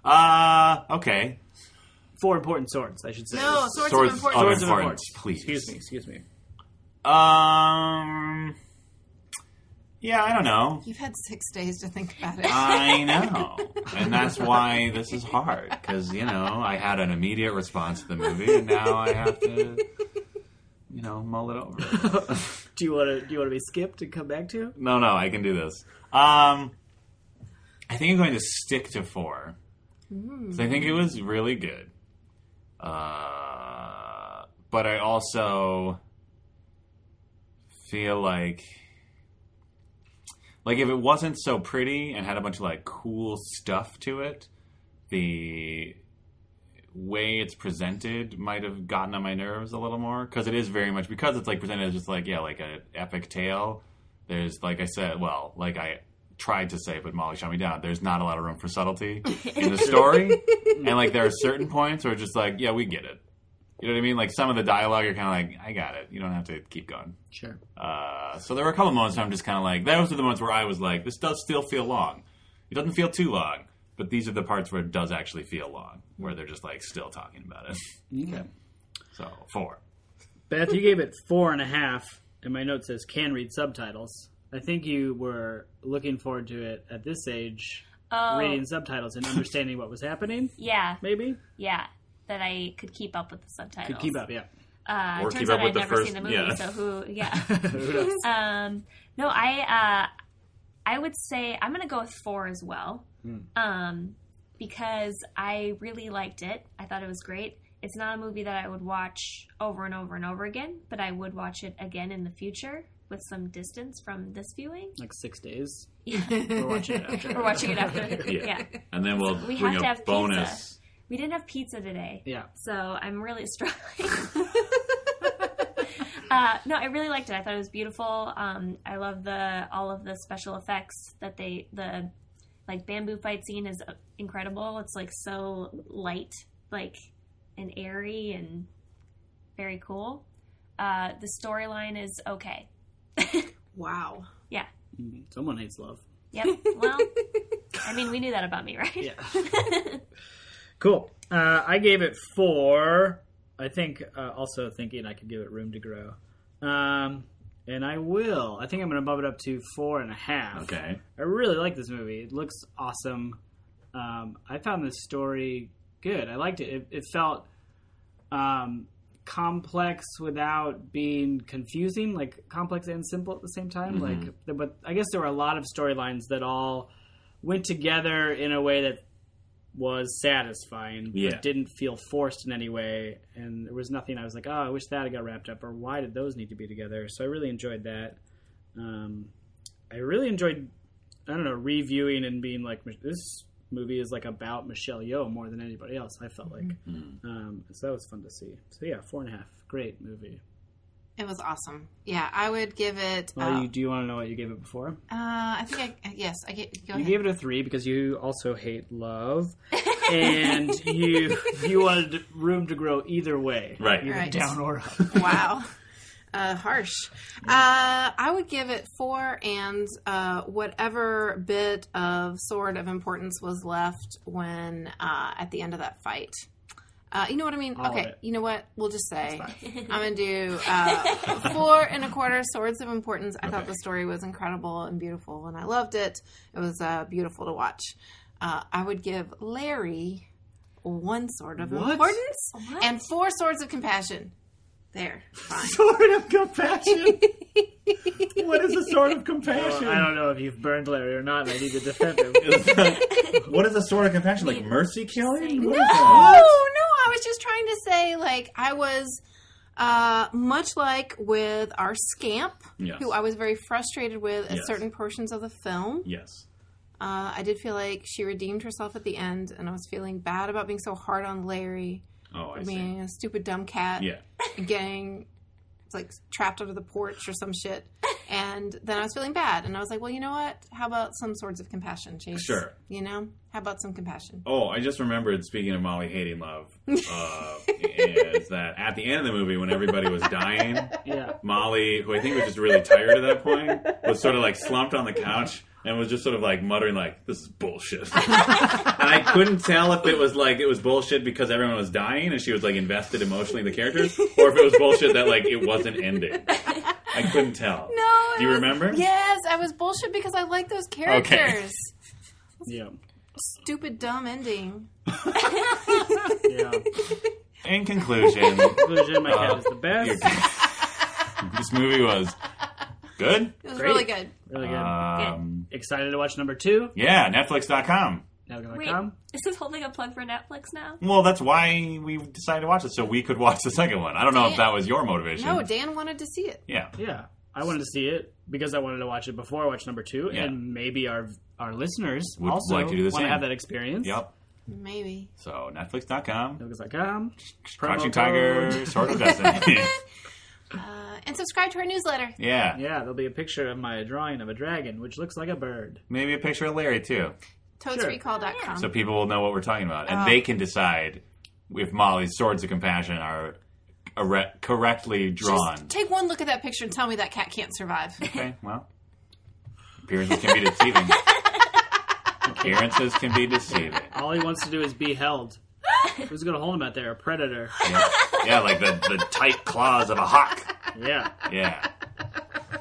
Uh, okay. Four important swords, I should say. No, Swords, of Swords Importance. Swords importance, of importance. please. Excuse me, excuse me. Um. Yeah, I don't know. You've had six days to think about Uh, it. (laughs) I know, and that's why this is hard because you know I had an immediate response to the movie, and now I have to, you know, mull it over. Do you want to do you want to be skipped and come back to? No, no, I can do this. Um, I think I'm going to stick to four. 'Cause I think it was really good. Uh, but I also feel like, like if it wasn't so pretty and had a bunch of like cool stuff to it, the way it's presented might have gotten on my nerves a little more because it is very much because it's like presented as just like yeah like an epic tale there's like i said well like i tried to say but molly shot me down there's not a lot of room for subtlety in the story and like there are certain points where it's just like yeah we get it you know what i mean like some of the dialogue you're kind of like i got it you don't have to keep going Sure. uh, so there were a couple moments where I'm just kind of like, those are the moments where I was like, this does still feel long. It doesn't feel too long, but these are the parts where it does actually feel long, where they're just like still talking about it. Okay. So four. Beth, you gave it four and a half, and my note says can read subtitles. I think you were looking forward to it at this age, Oh. reading subtitles and understanding what was happening. Yeah. Maybe Yeah. That I could keep up with the subtitles. could keep up. Yeah. Uh, Or turns keep out up with I'd the never first- seen the movie, yeah. so who? Yeah. Who knows? um, no, I uh, I would say I'm gonna go with four as well, Hmm. um, because I really liked it. I thought it was great. It's not a movie that I would watch over and over and over again, but I would watch it again in the future with some distance from this viewing. like six (laughs) days. Yeah. We're watching it after. We're watching it (laughs) (laughs) after. Yeah. (laughs) yeah. And then we'll We bring have a to have bonus. We didn't have pizza today. Yeah. So I'm really (laughs) struggling. uh, no, I really liked it. I thought it was beautiful. Um, I love the all of the special effects that they the like bamboo fight scene is uh, incredible. It's like so light, like and airy and very cool. Uh, the storyline is okay. Wow. Yeah. Mm, Someone hates love. Yep. Well, I mean, we knew that about me, right? Yeah. cool. Uh, I gave it four. I think uh, also thinking I could give it room to grow. Um, and I will. I think I'm going to bump it up to four and a half. Okay. I really like this movie. It looks awesome. Um, I found this story good. I liked it. It, it felt um, complex without being confusing, like complex and simple at the same time. Like, th- but I guess there were a lot of storylines that all went together in a way that was satisfying, Yeah. but didn't feel forced in any way. And there was nothing I was like, oh, I wish that had got wrapped up, or why did those need to be together? So I really enjoyed that. Um, I really enjoyed I don't know, reviewing and being like, "Mich- this movie is like about Michelle Yeoh more than anybody else. I felt like, um, so that was fun to see. So yeah, four and a half, great movie. It was awesome. Yeah, I would give it. Well, uh, you, do you want to know what you gave it before? uh, I think I yes. I get, go you ahead. gave it a three because you also hate love, and you you wanted room to grow either way, Right. either Right. down or up. wow. uh, harsh. Uh, I would give it four and uh, whatever bit of sword of importance was left when uh, at the end of that fight. Uh, you know what I mean? of okay, it. you know what? We'll just say (laughs) I'm gonna do uh, four and a quarter swords of importance. I thought the story was incredible and beautiful, and I loved it. It was uh, beautiful to watch. Uh, I would give Larry one sword of What? importance What? and four swords of compassion. There, (laughs) fine. Sword of compassion. what is a sword of compassion? I don't know if you've burned Larry or not. and I need to defend him. (laughs) what is a sword of compassion? Like mercy killing? What is No, that? no, I was just trying to say, like, I was uh, much like with our scamp, Yes. who I was very frustrated with at Yes. certain portions of the film. Yes. Uh, I did feel like she redeemed herself at the end, and I was feeling bad about being so hard on Larry, Oh, I see. being a stupid dumb cat, Yeah. and getting like trapped under the porch or some shit. (laughs) And then I was feeling bad, and I was like, well, you know what? How about some sorts of compassion, Chase? Sure. You know, how about some compassion? Oh, I just remembered. Speaking of Molly hating love, uh, is that at the end of the movie when everybody was dying, yeah. Molly, who I think was just really tired at that point, was sort of like slumped on the couch and was just sort of like muttering like, "This is bullshit." and I couldn't tell if it was like it was bullshit because everyone was dying and she was like invested emotionally in the characters, or if it was bullshit that like it wasn't ending. I couldn't tell. No, it Do you was- remember? Yes, I was bullshit because I like those characters. Yeah. Stupid, dumb ending. Yeah. In (laughs) conclusion, Conclusion, my Uh, cat is the best. this movie was good. It was Great. really good. Really good. Um, Excited to watch number two. yeah, Netflix.com. Now gonna Wait, come. is this holding a plug for Netflix now? Well, that's why we decided to watch it, so we could watch the second one. I don't know if that was your motivation. No, Dan wanted to see it. yeah. Yeah. I wanted to see it because I wanted to watch it before I watched number two, Yeah. and maybe our our listeners Would also like to do the want same. to have that experience. Yep. Maybe. So Netflix.com. Netflix.com. Crouching um, promo Tiger, code. Sword of Destiny. (laughs) Uh, and subscribe to our newsletter. yeah. (laughs) Yeah, there'll be a picture of my drawing of a dragon, which looks like a bird. Maybe a picture of Larry, too. Toadsrecall.com. So people will know what we're talking about. Oh. And they can decide if Molly's Swords of Compassion are are- correctly drawn. Just take one look at that picture and tell me that cat can't survive. Okay, well, appearances can be (laughs) deceiving. appearances can be deceiving. All he wants to do is (laughs) be held. Who's gonna hold him out there? A predator. Yeah, yeah like the, the tight claws of a hawk. (laughs) Yeah. Yeah.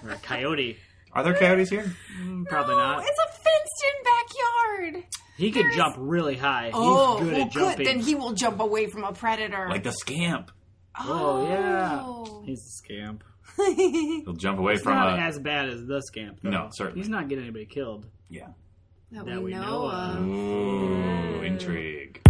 Or a coyote. Are there coyotes here? Mm, Probably not. It's a fenced in backyard. He could jump really high. oh, He's good well, at jumping. Then he will jump away from a predator. Like the scamp. oh yeah. Oh. He's a scamp. He'll jump away from Not a. as bad as the scamp. Though. No, certainly. He's not getting anybody killed. Yeah. that, that we, know of. Ooh, intrigue.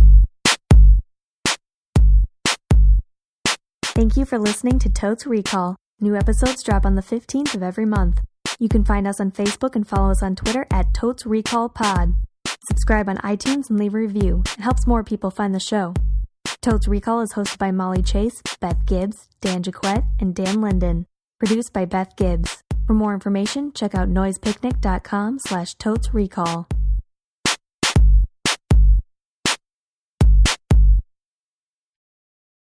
Thank you for listening to Totes Recall. New episodes drop on the 15th of every month. You can find us on Facebook and follow us on Twitter at Totes Recall Pod. Subscribe on iTunes and leave a review. It helps more people find the show. Totes Recall is hosted by Molly Chase, Beth Gibbs, Dan Jaquette, and Dan Linden. Produced by Beth Gibbs. For more information, check out noisepicnic.com slash totes recall.